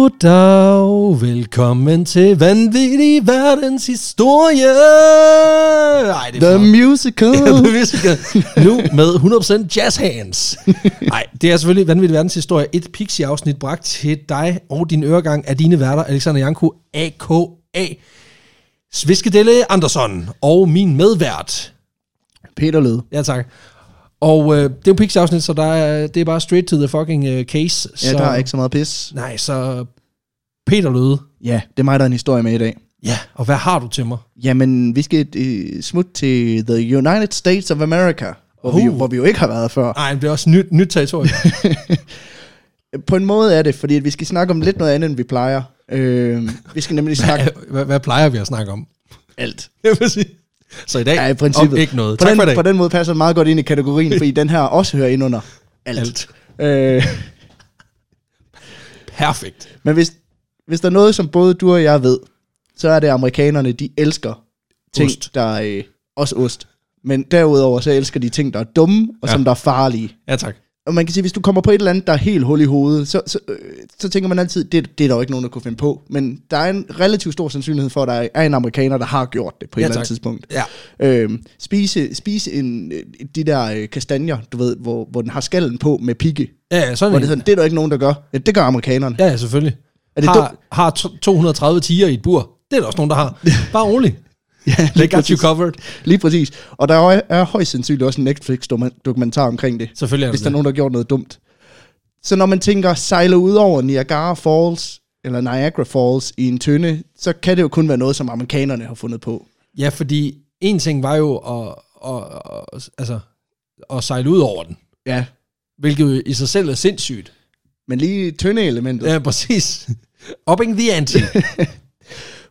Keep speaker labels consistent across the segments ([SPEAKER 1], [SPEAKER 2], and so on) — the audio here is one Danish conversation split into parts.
[SPEAKER 1] Goddag, velkommen til vanvittig verdens historie. Ej, det
[SPEAKER 2] The
[SPEAKER 1] flot.
[SPEAKER 2] Musical.
[SPEAKER 1] Ja, The Musical. Nu med 100% jazz hands. Nej, det er selvfølgelig Vanvittig Verdens Historie. Et Pixie-afsnit bragt til dig og din øregang af dine værter, Alexander Janko, a.k.a. Sviskedelle Andersson og min medvært.
[SPEAKER 2] Peter Lød.
[SPEAKER 1] Ja, tak. Og øh, det er jo Pixie-afsnit, så der er, det er bare straight to the fucking øh, case.
[SPEAKER 2] Ja,
[SPEAKER 1] så,
[SPEAKER 2] der er ikke så meget pis.
[SPEAKER 1] Nej, så Peter Løde.
[SPEAKER 2] Ja, det er mig, der er en historie med i dag.
[SPEAKER 1] Ja. Og hvad har du til mig?
[SPEAKER 2] Jamen, vi skal øh, smutte til The United States of America, hvor, vi, jo,
[SPEAKER 1] Uh.
[SPEAKER 2] hvor vi jo ikke har været før.
[SPEAKER 1] Nej, det er også nyt, nyt territorium.
[SPEAKER 2] På en måde er det, fordi at vi skal snakke om lidt noget andet, end vi plejer. Øh, vi skal nemlig snakke
[SPEAKER 1] hvad, hvad plejer vi at snakke om?
[SPEAKER 2] alt.
[SPEAKER 1] Jeg vil sige. Så i dag,
[SPEAKER 2] Ja, i
[SPEAKER 1] om
[SPEAKER 2] princippet.
[SPEAKER 1] ikke noget.
[SPEAKER 2] På
[SPEAKER 1] tak
[SPEAKER 2] den,
[SPEAKER 1] for i dag.
[SPEAKER 2] på den måde passer det meget godt ind i kategorien, fordi den her også hører ind under alt.
[SPEAKER 1] Alt.
[SPEAKER 2] Øh,
[SPEAKER 1] Perfekt.
[SPEAKER 2] men hvis, hvis der er noget, som både du og jeg ved, så er det, at amerikanerne de elsker ting,
[SPEAKER 1] Ost.
[SPEAKER 2] ost. der er øh, også ost. Men derudover så elsker de ting, der er dumme, og
[SPEAKER 1] Ja.
[SPEAKER 2] ja. som der er farlige.
[SPEAKER 1] Ja, tak.
[SPEAKER 2] Og man kan sige, hvis du kommer på et eller andet, der er helt hul i hovedet, så, så, øh, så tænker man altid, det, det er der jo ikke nogen, der kunne finde på. Men der er en relativt stor sandsynlighed for, at der er en amerikaner, der har gjort det på et
[SPEAKER 1] Ja,
[SPEAKER 2] eller
[SPEAKER 1] tak.
[SPEAKER 2] andet tidspunkt.
[SPEAKER 1] Ja.
[SPEAKER 2] Øhm, spise spise en, øh, de der øh, kastanjer, du ved, hvor, hvor den har skallen på med pigge.
[SPEAKER 1] Ja, ja, sådan
[SPEAKER 2] Hvor det,
[SPEAKER 1] en.
[SPEAKER 2] er sådan, det er der ikke nogen, der gør. Ja, det gør amerikanerne.
[SPEAKER 1] Ja, ja, selvfølgelig.
[SPEAKER 2] Er det
[SPEAKER 1] har,
[SPEAKER 2] dumt?
[SPEAKER 1] har to- 230 tiger i et bur. Det er der også nogen, der har. Bare rolig.
[SPEAKER 2] Ja,
[SPEAKER 1] They got you covered.
[SPEAKER 2] Lige præcis. Og der er, er højst sandsynligt også en Netflix-dokumentar omkring det,
[SPEAKER 1] Selvfølgelig er
[SPEAKER 2] hvis der er
[SPEAKER 1] det.
[SPEAKER 2] nogen, der har gjort noget dumt. Så når man tænker sejle ud over Niagara Falls, eller Niagara Falls i en tønde, så kan det jo kun være noget, som amerikanerne har fundet på.
[SPEAKER 1] Ja, fordi en ting var jo at, at, at, altså, at sejle ud over den.
[SPEAKER 2] Ja.
[SPEAKER 1] Hvilket jo i sig selv er sindssygt.
[SPEAKER 2] Men lige tønde-elementet.
[SPEAKER 1] Ja, præcis. Upping the ante.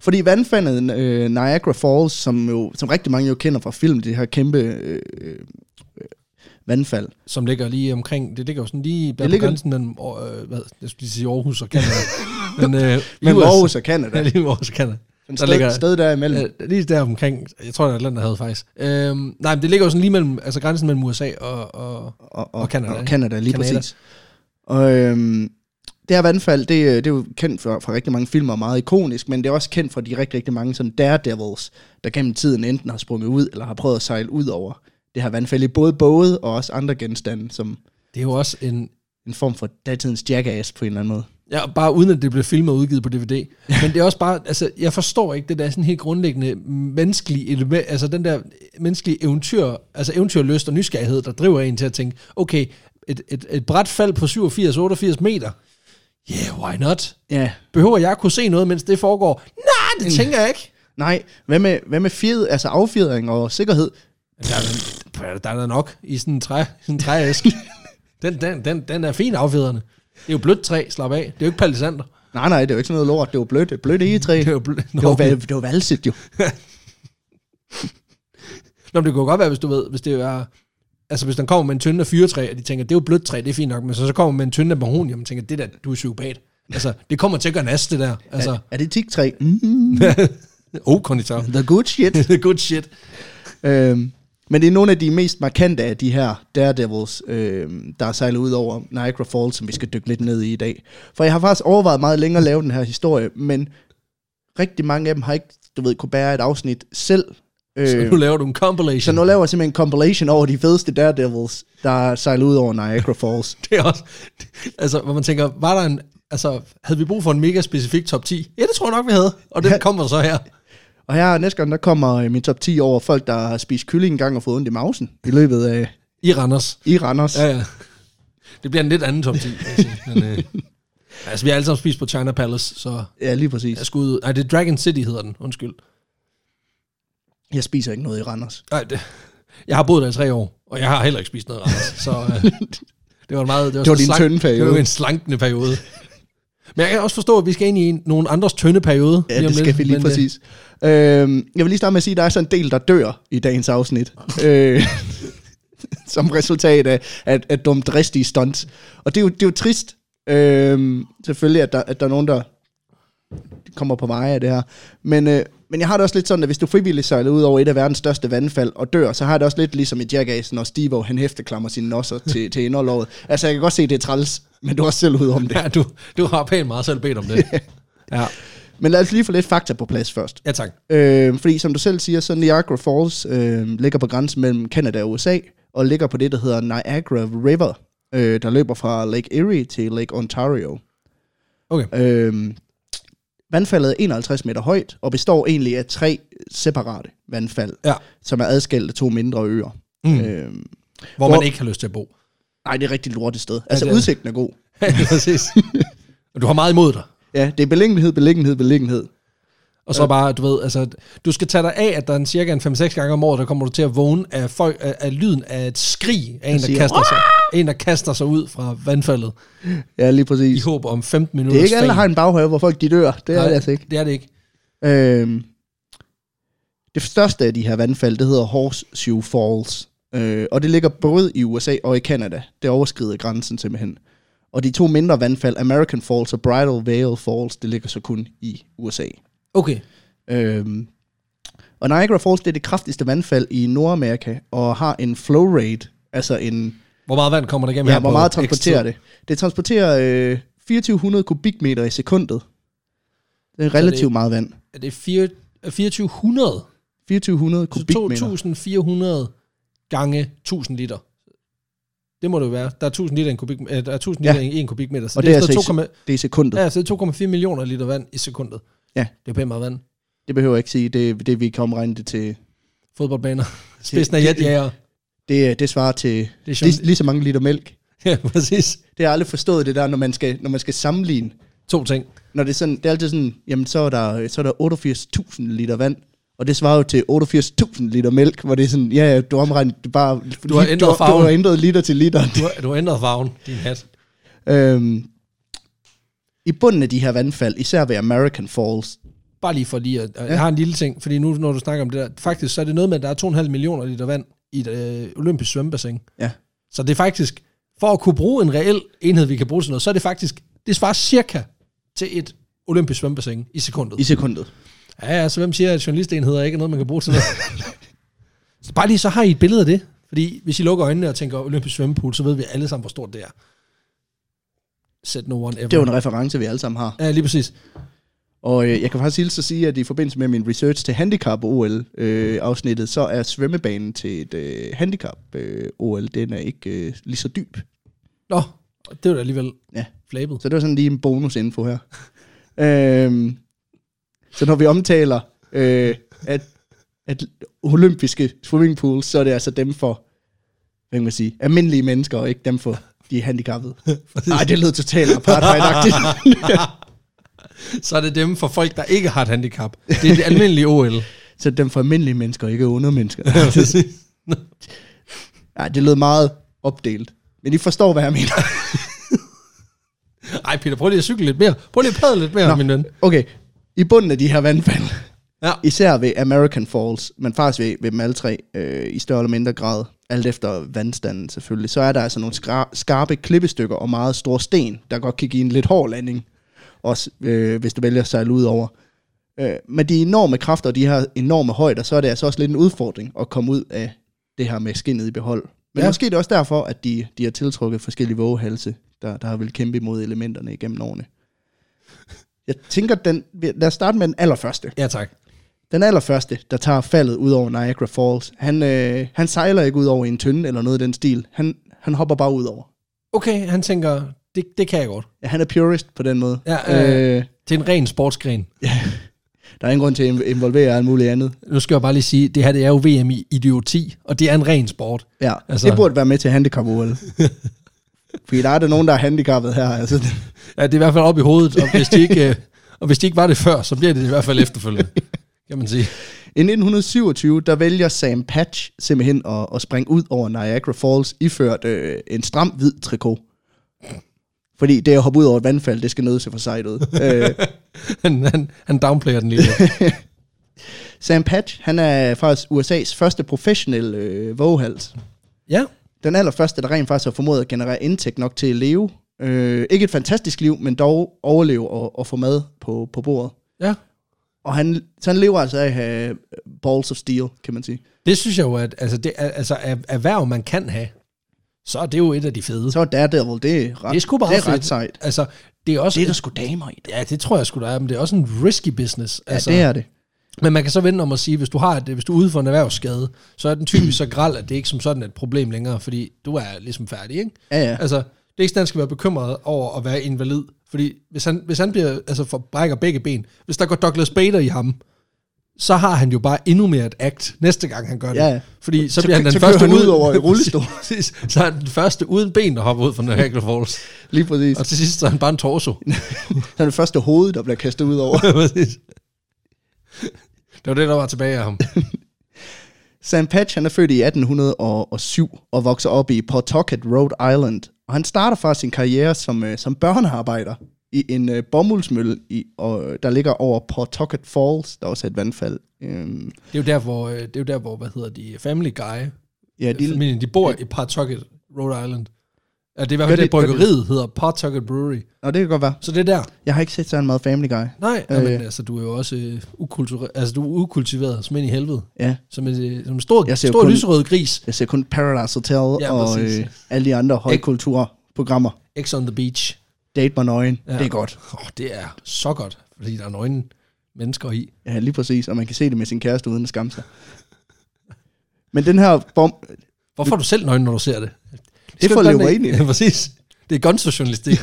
[SPEAKER 2] Fordi vandfandet øh, Niagara Falls, som jo som rigtig mange jo kender fra film, det her kæmpe øh, øh, vandfald.
[SPEAKER 1] som ligger lige omkring, det ligger jo sådan lige der
[SPEAKER 2] Det
[SPEAKER 1] på
[SPEAKER 2] ligger-
[SPEAKER 1] grænsen mellem, øh, hvad, jeg skulle lige sige Aarhus og Canada. men øh,
[SPEAKER 2] Men
[SPEAKER 1] US.
[SPEAKER 2] Aarhus og
[SPEAKER 1] Ja,
[SPEAKER 2] Canada.
[SPEAKER 1] lige ved Aarhus og Canada.
[SPEAKER 2] Et
[SPEAKER 1] Der
[SPEAKER 2] sted,
[SPEAKER 1] ligger,
[SPEAKER 2] ligger... sted derimellem.
[SPEAKER 1] øh, lige der omkring, jeg tror, der er et land, der havde faktisk. Øhm, nej, men det ligger jo sådan lige mellem, altså grænsen mellem USA og, og
[SPEAKER 2] og,
[SPEAKER 1] og Canada,
[SPEAKER 2] Og
[SPEAKER 1] ikke?
[SPEAKER 2] Canada, lige
[SPEAKER 1] Canada.
[SPEAKER 2] Canada. præcis. Og øhm, det her vandfald, det, øh, det er jo kendt fra, fra rigtig mange filmer, og meget ikonisk, men det er også kendt fra de rigtig, rigtig mange sådan daredevils, der gennem tiden enten har sprunget ud, eller har prøvet at sejle ud over det her vandfald i både både og også andre genstande, som
[SPEAKER 1] det er jo også en,
[SPEAKER 2] en form for datidens jackass på en eller anden måde.
[SPEAKER 1] ja, bare uden at det blev filmet og udgivet på DVD. Men det er også bare, altså, jeg forstår ikke det der sådan helt grundlæggende menneskelige element, altså den der menneskelige eventyr, altså eventyrlyst og nysgerrighed, der driver en til at tænke, okay, et, et, et bræt fald på 87-88 meter, yeah, why not?
[SPEAKER 2] Ja.
[SPEAKER 1] Behøver jeg kunne se noget, mens det foregår? Nej, det tænker jeg ikke.
[SPEAKER 2] Nej, hvad med, hvad med fjed, altså affjedring og sikkerhed?
[SPEAKER 1] Der er, da- der er da nok i sådan en, træ, sådan en trææske. Den, den, den, den er fin affjederne. Det er jo blødt træ, slap af. Det er jo ikke palisander.
[SPEAKER 2] Nej, nej, det er jo ikke sådan noget lort. Det var blødt, et blødt egetræ.
[SPEAKER 1] Det er
[SPEAKER 2] Det
[SPEAKER 1] jo blødt. Nå,
[SPEAKER 2] var, val- det var valset jo.
[SPEAKER 1] Nå, men det kunne godt være, hvis du ved, hvis det er... Altså, hvis den kommer med en tynde af fyretræ, og de tænker, det er jo blødt træ, det er fint nok, men så, så kommer man med en tynde af mahoni, og man tænker, det der, du er psykopat. Altså, det kommer til at gøre nas, det der. Altså,
[SPEAKER 2] Er det tigtræ? Mm,
[SPEAKER 1] oh, konditor.
[SPEAKER 2] the good shit.
[SPEAKER 1] Good shit.
[SPEAKER 2] Øhm, men det er nogle af de mest markante af de her Daredevils, øhm, der er sejlet ud over Niagara Falls, som vi skal dykke lidt ned i i dag. For jeg har faktisk overvejet meget længere at lave den her historie, men rigtig mange af dem har ikke, du ved, kunne bære et afsnit selv.
[SPEAKER 1] Så
[SPEAKER 2] Øh,
[SPEAKER 1] nu laver du en compilation.
[SPEAKER 2] så nu laver jeg simpelthen en compilation over de fedeste Daredevils, der er sejlet ud over Niagara Falls.
[SPEAKER 1] Det er også, altså, hvor man tænker, var der en, altså, havde vi brug for en mega specifik top 10? Ja, det tror jeg nok, vi havde, og den kommer så her.
[SPEAKER 2] Og her næste gang, der kommer øh, min top 10 over folk, der har spist kylling engang og fået ondt i mausen i løbet af
[SPEAKER 1] I Randers.
[SPEAKER 2] i Randers.
[SPEAKER 1] Ja, ja. Det bliver en lidt anden top 10, vil jeg sige, men, øh, altså, vi har alle sammen spist på China Palace, så
[SPEAKER 2] Ja, lige præcis.
[SPEAKER 1] jeg skulle ud. Nej, det er Dragon City, hedder den, undskyld.
[SPEAKER 2] Jeg spiser ikke noget i Randers.
[SPEAKER 1] Nej, det, jeg har boet der i tre år, og jeg har heller ikke spist noget Randers, så øh, det var en meget...
[SPEAKER 2] Det var
[SPEAKER 1] sådan
[SPEAKER 2] din
[SPEAKER 1] slank-
[SPEAKER 2] tynde periode.
[SPEAKER 1] Det var en slankende periode. Men jeg kan også forstå, at vi skal ind i en, nogen andres tynde periode.
[SPEAKER 2] Ja,
[SPEAKER 1] om
[SPEAKER 2] det skal
[SPEAKER 1] lidt,
[SPEAKER 2] vi lige
[SPEAKER 1] men, øh,
[SPEAKER 2] præcis. Øhm, jeg vil lige starte med at sige, at der er sådan en del, der dør i dagens afsnit. øh, som resultat af, af, af dumt dristige stunts. Og det er jo, det er jo trist, øhm, selvfølgelig, at der, at der er nogen, der kommer på veje af det her. Men øh, Men jeg har det også lidt sådan, at hvis du frivilligt sejler ud over et af verdens største vandfald og dør, så har jeg det også lidt ligesom i Jackass, når Steve han hæfteklammer sine nosser til, til inderlovet. Altså, jeg kan godt se, at det er træls, men du er også selv ude om det.
[SPEAKER 1] Ja, du, du har pænt meget selv bedt om det. ja.
[SPEAKER 2] Men lad os lige få lidt fakta på plads først.
[SPEAKER 1] ja, tak.
[SPEAKER 2] Øh, fordi som du selv siger, så Niagara Falls øh, ligger på grænsen mellem Canada og USA, og ligger på det, der hedder Niagara River, øh, der løber fra Lake Erie til Lake Ontario.
[SPEAKER 1] Okay.
[SPEAKER 2] Øh, vandfaldet er 51 meter højt, og består egentlig af tre separate vandfald,
[SPEAKER 1] Ja.
[SPEAKER 2] som er adskilt af to mindre øer.
[SPEAKER 1] Mm. Øh,
[SPEAKER 2] Øh,
[SPEAKER 1] hvor
[SPEAKER 2] hvor-
[SPEAKER 1] man ikke har lyst til at bo.
[SPEAKER 2] nej, det er rigtig lortet sted. Altså,
[SPEAKER 1] det
[SPEAKER 2] ja,
[SPEAKER 1] er det.
[SPEAKER 2] udsigten er god.
[SPEAKER 1] Ja, præcis. Du har meget imod dig.
[SPEAKER 2] Ja, det er beliggenhed, beliggenhed, beliggenhed.
[SPEAKER 1] Og så bare, du ved, altså, du skal tage dig af, at der er en cirka en 5-6 gange om året, der kommer du til at vågne af, folk, af, af lyden af et skrig af en, der
[SPEAKER 2] siger,
[SPEAKER 1] kaster sig, en, der kaster sig ud fra vandfaldet,
[SPEAKER 2] Ja, lige
[SPEAKER 1] i
[SPEAKER 2] præcis.
[SPEAKER 1] håb om 15 minutter.
[SPEAKER 2] Det er ikke alle, der har en baghave, hvor folk de dør. Det er det altså ikke.
[SPEAKER 1] Det er det ikke.
[SPEAKER 2] Øhm, det største af de her vandfald, det hedder Horseshoe Falls. Øh, og det ligger både i USA og i Canada. Det overskrider grænsen simpelthen. Og de to mindre vandfald, American Falls og Bridal Veil Falls, det ligger så kun i USA.
[SPEAKER 1] Okay.
[SPEAKER 2] Øhm, og Niagara Falls, det er det kraftigste vandfald i Nordamerika, og har en flow rate, altså en
[SPEAKER 1] Hvor meget vand kommer der igennem
[SPEAKER 2] Ja,
[SPEAKER 1] her
[SPEAKER 2] hvor
[SPEAKER 1] på
[SPEAKER 2] meget
[SPEAKER 1] X
[SPEAKER 2] transporterer
[SPEAKER 1] tid?
[SPEAKER 2] det? Det transporterer øh, 2400 kubikmeter i sekundet. Det er
[SPEAKER 1] er
[SPEAKER 2] relativt
[SPEAKER 1] det-
[SPEAKER 2] meget vand.
[SPEAKER 1] Er det fire- er 2400?
[SPEAKER 2] 2400
[SPEAKER 1] Så
[SPEAKER 2] kubikmeter.
[SPEAKER 1] 2400 gange 1000 liter. Det må det jo være. Der er 1000 liter i en kubik, øh, der er 1000
[SPEAKER 2] Ja.
[SPEAKER 1] liter i en kubikmeter, så
[SPEAKER 2] Og
[SPEAKER 1] det, det er,
[SPEAKER 2] altså i
[SPEAKER 1] altså 2,
[SPEAKER 2] Det er i sekundet.
[SPEAKER 1] ja, så det er 2,4 millioner liter vand i sekundet.
[SPEAKER 2] Ja.
[SPEAKER 1] Det er jo pænt meget vand.
[SPEAKER 2] Det behøver jeg ikke sige. Det, er- det vi kan omregne det til.
[SPEAKER 1] Fodboldbaner. Spidsen af
[SPEAKER 2] det-
[SPEAKER 1] jetjager.
[SPEAKER 2] Det, er- det svarer til
[SPEAKER 1] Det er sjovt.
[SPEAKER 2] lige, lige så mange liter mælk.
[SPEAKER 1] Ja, præcis.
[SPEAKER 2] Det har jeg aldrig forstået, det der, når man skal, når man skal sammenligne.
[SPEAKER 1] To ting.
[SPEAKER 2] Når det er, sådan, det er altid sådan, jamen så er der, så er der 88.000 liter vand. Og det svarer jo til 88.000 liter mælk, hvor det er sådan, ja, ja, du omregner det bare...
[SPEAKER 1] Du har ændret
[SPEAKER 2] du, du har
[SPEAKER 1] farven.
[SPEAKER 2] ændret liter til liter.
[SPEAKER 1] Du, har- du har ændret farven, din hat.
[SPEAKER 2] Øhm, I bunden af de her vandfald, især ved American Falls,
[SPEAKER 1] Bare lige for lige at... Jeg har en lille ting, fordi nu, når du snakker om det der... Faktisk, så er det noget med, at der er 2,5 millioner liter vand i et øh, olympisk svømmebassin.
[SPEAKER 2] ja,
[SPEAKER 1] Så det er faktisk... For at kunne bruge en reel enhed, vi kan bruge til noget, så er det faktisk... Det svarer cirka til et olympisk svømmebassin i sekundet.
[SPEAKER 2] i sekundet.
[SPEAKER 1] Ja, ja, så hvem siger, at journalistenheder ikke er noget, man kan bruge til noget? så bare lige, så har I et billede af det. Fordi hvis I lukker øjnene og tænker olympisk svømmepool, så ved vi alle sammen, hvor stort det er. Set no one ever.
[SPEAKER 2] Det er jo en reference, vi alle sammen har.
[SPEAKER 1] Ja, lige præcis.
[SPEAKER 2] Og øh, jeg kan faktisk hilse at sige, at i forbindelse med min research til handicap-OL-afsnittet, øh, så er svømmebanen til et øh, handicap-OL, den er ikke øh, lige så dyb.
[SPEAKER 1] Nå, det var da alligevel
[SPEAKER 2] Ja.
[SPEAKER 1] flabet.
[SPEAKER 2] Så det var sådan lige en bonusinfo her. øhm, så når vi omtaler, øh, at, at olympiske swimmingpools, så er det altså dem for, hvad kan man sige, almindelige mennesker, og ikke dem for de handicappede. Nej, det lød totalt apartheid
[SPEAKER 1] Så er det dem for folk, der ikke har et handicap. Det er det almindelige OL.
[SPEAKER 2] Så dem for almindelige mennesker, ikke undermennesker.
[SPEAKER 1] Præcis.
[SPEAKER 2] Nej, det lød meget opdelt. Men I forstår, hvad jeg mener.
[SPEAKER 1] Ej, Peter, prøv lige at cykle lidt mere. Prøv lige at padle lidt mere, Nå. min ven.
[SPEAKER 2] Okay, i bunden af de her vandfald,
[SPEAKER 1] Ja.
[SPEAKER 2] især ved American Falls, men faktisk ved, ved dem alle tre øh, i større eller mindre grad, alt efter vandstanden selvfølgelig, så er der altså nogle skra- skarpe klippestykker og meget store sten, der godt kan give en lidt hård landing, også øh, hvis du vælger at sejle ud over. Øh, men de enorme kræfter og de her enorme højder, så er det altså også lidt en udfordring at komme ud af det her med skinnet i behold. Men
[SPEAKER 1] Ja.
[SPEAKER 2] ja. måske er det også derfor, at de, de har tiltrukket forskellige vågehalse, der, der har vil kæmpe imod elementerne igennem årene. Jeg tænker, den, lad os starte med den allerførste.
[SPEAKER 1] Ja, tak.
[SPEAKER 2] Den allerførste, der tager faldet ud over Niagara Falls, han, øh, han sejler ikke ud over i en tynde eller noget i den stil. Han, han hopper bare ud over.
[SPEAKER 1] Okay, han tænker, det, det kan jeg godt.
[SPEAKER 2] Ja, han er purist på den måde.
[SPEAKER 1] Ja, øh.
[SPEAKER 2] Øh,
[SPEAKER 1] Det er en ren sportsgren.
[SPEAKER 2] der er ingen grund til at involvere alt muligt andet.
[SPEAKER 1] Nu skal jeg bare lige sige, det her det er jo VM i idioti, og det er en ren sport.
[SPEAKER 2] Ja,
[SPEAKER 1] Altså-
[SPEAKER 2] altså. det burde være med til handicap -OL. Fordi der er der nogen, der er handicappet her. Altså,
[SPEAKER 1] Ja, det er i hvert fald op i hovedet, og hvis de ikke, øh, og hvis de ikke var det før, så bliver det i hvert fald efterfølgende, kan man sige.
[SPEAKER 2] I 1927, der vælger Sam Patch simpelthen at, at springe ud over Niagara Falls, iført øh, en stram hvid trikot. Fordi det at hoppe ud over et vandfald, det skal nødt til for sejt ud. øh,
[SPEAKER 1] Han, han, han downplayer den lige lidt.
[SPEAKER 2] Sam Patch, han er faktisk USA's første professionel øh, våghals.
[SPEAKER 1] Ja,
[SPEAKER 2] Den allerførste, der rent faktisk har formået at generere indtægt nok til at leve. Øh, ikke et fantastisk liv, men dog overleve og, og få mad på, på bordet.
[SPEAKER 1] ja.
[SPEAKER 2] Og han, så han lever altså af at have balls of steel, kan man sige.
[SPEAKER 1] Det synes jeg jo, at altså, det, er- altså, er- erhverv, man kan have, så er det jo et af de fede.
[SPEAKER 2] Så er Daredevil, det er ret,
[SPEAKER 1] det er sgu bare
[SPEAKER 2] det er ret
[SPEAKER 1] fedt.
[SPEAKER 2] sejt.
[SPEAKER 1] Altså, det er også...
[SPEAKER 2] Det er der sgu damer i det.
[SPEAKER 1] Ja, det tror jeg sgu, der er, men det er også en risky business.
[SPEAKER 2] Ja, altså, det er det.
[SPEAKER 1] Men man kan så vente om at sige, hvis du har et, hvis du er ude for en erhvervsskade, så er den typisk så græld, at det ikke som sådan er et problem længere, fordi du er ligesom færdig, ikke?
[SPEAKER 2] Ja, ja.
[SPEAKER 1] Altså, det er ikke sådan, han skal være bekymret over at være invalid. Fordi hvis han, hvis han bliver, altså for, brækker begge ben, hvis der går Douglas Bader i ham, så har han jo bare endnu mere et act, næste gang han gør det.
[SPEAKER 2] Ja, ja.
[SPEAKER 1] Fordi så,
[SPEAKER 2] Så
[SPEAKER 1] bliver han
[SPEAKER 2] kø-
[SPEAKER 1] den
[SPEAKER 2] så kører
[SPEAKER 1] første
[SPEAKER 2] han ud
[SPEAKER 1] uden-
[SPEAKER 2] over i rullestol.
[SPEAKER 1] Præcis. så er han den første uden ben, der hopper ud fra Niagara Falls.
[SPEAKER 2] Lige præcis.
[SPEAKER 1] Og til sidst så er han bare en torso.
[SPEAKER 2] Så er det første hoved, der bliver kastet ud over.
[SPEAKER 1] Præcis. det var det, der var tilbage af ham.
[SPEAKER 2] Sam Patch, han er født i 1807 og vokser op i Pawtucket, Rhode Island. Og han starter faktisk sin karriere som, øh, som børnearbejder i en øh, bomuldsmølle, i, og, øh, der ligger over Pawtucket Falls, der også er et vandfald. Øhm,
[SPEAKER 1] Det er jo der, hvor, øh, det er jo der, hvor hvad hedder de, Family Guy,
[SPEAKER 2] ja, de,
[SPEAKER 1] familien, de bor i Pawtucket, Rhode Island. Ja, det er i hvert
[SPEAKER 2] Gør
[SPEAKER 1] fald det,
[SPEAKER 2] det- gør det-
[SPEAKER 1] bryggeriet hedder Pawtucket Brewery.
[SPEAKER 2] nå, det kan godt være.
[SPEAKER 1] Så det er der.
[SPEAKER 2] Jeg har ikke set sådan meget Family Guy.
[SPEAKER 1] Nej,
[SPEAKER 2] Øh.
[SPEAKER 1] øh. men altså, du er jo også øh, ukulturel, altså, du er ukultiveret som ind i helvede.
[SPEAKER 2] Ja,
[SPEAKER 1] Som en, øh, som en stor,
[SPEAKER 2] Jeg ser jo
[SPEAKER 1] stor
[SPEAKER 2] kun-
[SPEAKER 1] lyserød gris.
[SPEAKER 2] jeg ser kun Paradise Hotel
[SPEAKER 1] Ja,
[SPEAKER 2] ja, og
[SPEAKER 1] præcis.
[SPEAKER 2] øh, alle de andre højkulturprogrammer.
[SPEAKER 1] X on the beach.
[SPEAKER 2] Date mig nøgen, ja.
[SPEAKER 1] Ja.
[SPEAKER 2] det er godt.
[SPEAKER 1] Oh, det er så godt, fordi der er nøgne mennesker i.
[SPEAKER 2] Ja, lige præcis, og man kan se det med sin kæreste uden at skamme sig. Men den her bom...
[SPEAKER 1] Hvorfor er du selv nøgen, når du ser det?
[SPEAKER 2] Det
[SPEAKER 1] skal
[SPEAKER 2] får
[SPEAKER 1] du
[SPEAKER 2] Leo
[SPEAKER 1] blande
[SPEAKER 2] ind i.
[SPEAKER 1] Ja, præcis. Det er gonzo-journalistik.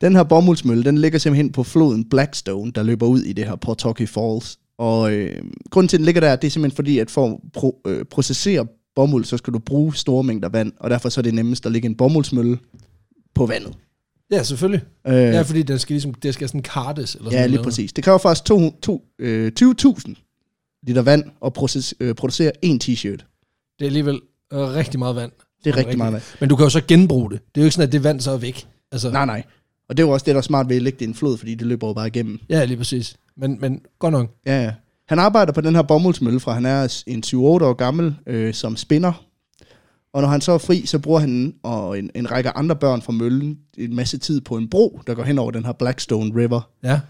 [SPEAKER 2] Den her bomuldsmølle, den ligger simpelthen på floden Blackstone, der løber ud i det her Pawtucket Falls. Og øh, grunden til, at den ligger der, det er simpelthen fordi, at for at pro, øh, processere bomuld, så skal du bruge store mængder vand, og derfor så er det nemmest at lægge en bomuldsmølle på vandet.
[SPEAKER 1] ja, selvfølgelig.
[SPEAKER 2] Øh,
[SPEAKER 1] Ja,
[SPEAKER 2] ja,
[SPEAKER 1] fordi den skal ligesom, det skal sådan kartes. Eller sådan
[SPEAKER 2] ja,
[SPEAKER 1] noget.
[SPEAKER 2] lige præcis. Det kræver faktisk to, to, øh, 20.000 liter vand at proces, øh, producere en t-shirt.
[SPEAKER 1] Det er alligevel øh, rigtig meget vand.
[SPEAKER 2] Det er rigtig meget vand.
[SPEAKER 1] Men du kan jo så genbruge det. Det er jo ikke sådan, at det vand så er væk. Altså,
[SPEAKER 2] Nej, nej. Og det er jo også det, der er smart ved at lægge det i en flod, fordi det løber jo bare igennem.
[SPEAKER 1] Ja, lige præcis. Men, men godt nok.
[SPEAKER 2] Ja, ja. Han arbejder på den her bomuldsmølle fra han er en 7-8 år gammel, øh, som spinder. Og når han så er fri, så bruger han og en, en række andre børn fra møllen en masse tid på en bro, der går hen over den her Blackstone River.
[SPEAKER 1] Ja.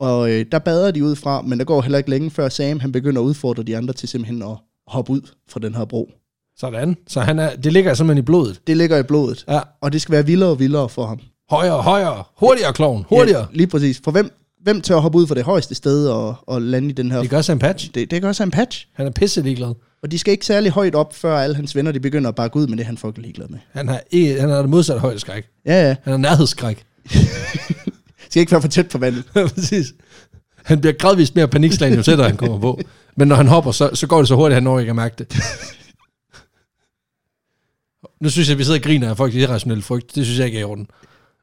[SPEAKER 2] Og øh, der bader de ud fra, men der går heller ikke længe før Sam han begynder at udfordre de andre til simpelthen at hoppe ud fra den her bro.
[SPEAKER 1] Sådan. Så han er, det ligger simpelthen i blodet.
[SPEAKER 2] Det ligger i blodet,
[SPEAKER 1] Ja.
[SPEAKER 2] og det skal være vildere og vildere for ham.
[SPEAKER 1] Højere, højere. Hurtigere, klovn. Hurtigere.
[SPEAKER 2] Ja, lige præcis. For hvem, hvem tør hoppe ud fra det højeste sted og, og lande i den her...
[SPEAKER 1] Det gør Sam Patch.
[SPEAKER 2] det, det gør Sam Patch.
[SPEAKER 1] Han er pisse ligeglad.
[SPEAKER 2] Og de skal ikke særlig højt op, før alle hans venner de begynder at bakke ud med det, er han fucking ligeglad med.
[SPEAKER 1] Han har, ikke, han har det modsatte højdeskræk.
[SPEAKER 2] Ja, ja.
[SPEAKER 1] Han har nærhedsskræk.
[SPEAKER 2] Skal ikke være for tæt på vandet.
[SPEAKER 1] præcis. Han bliver gradvist mere panikslagen, jo tættere han kommer på. Men når han hopper, så, så går det så hurtigt, at han når ikke at mærke det. Nu synes jeg, at vi sidder og griner af folks irrationelle frygt. Det synes jeg ikke er i orden.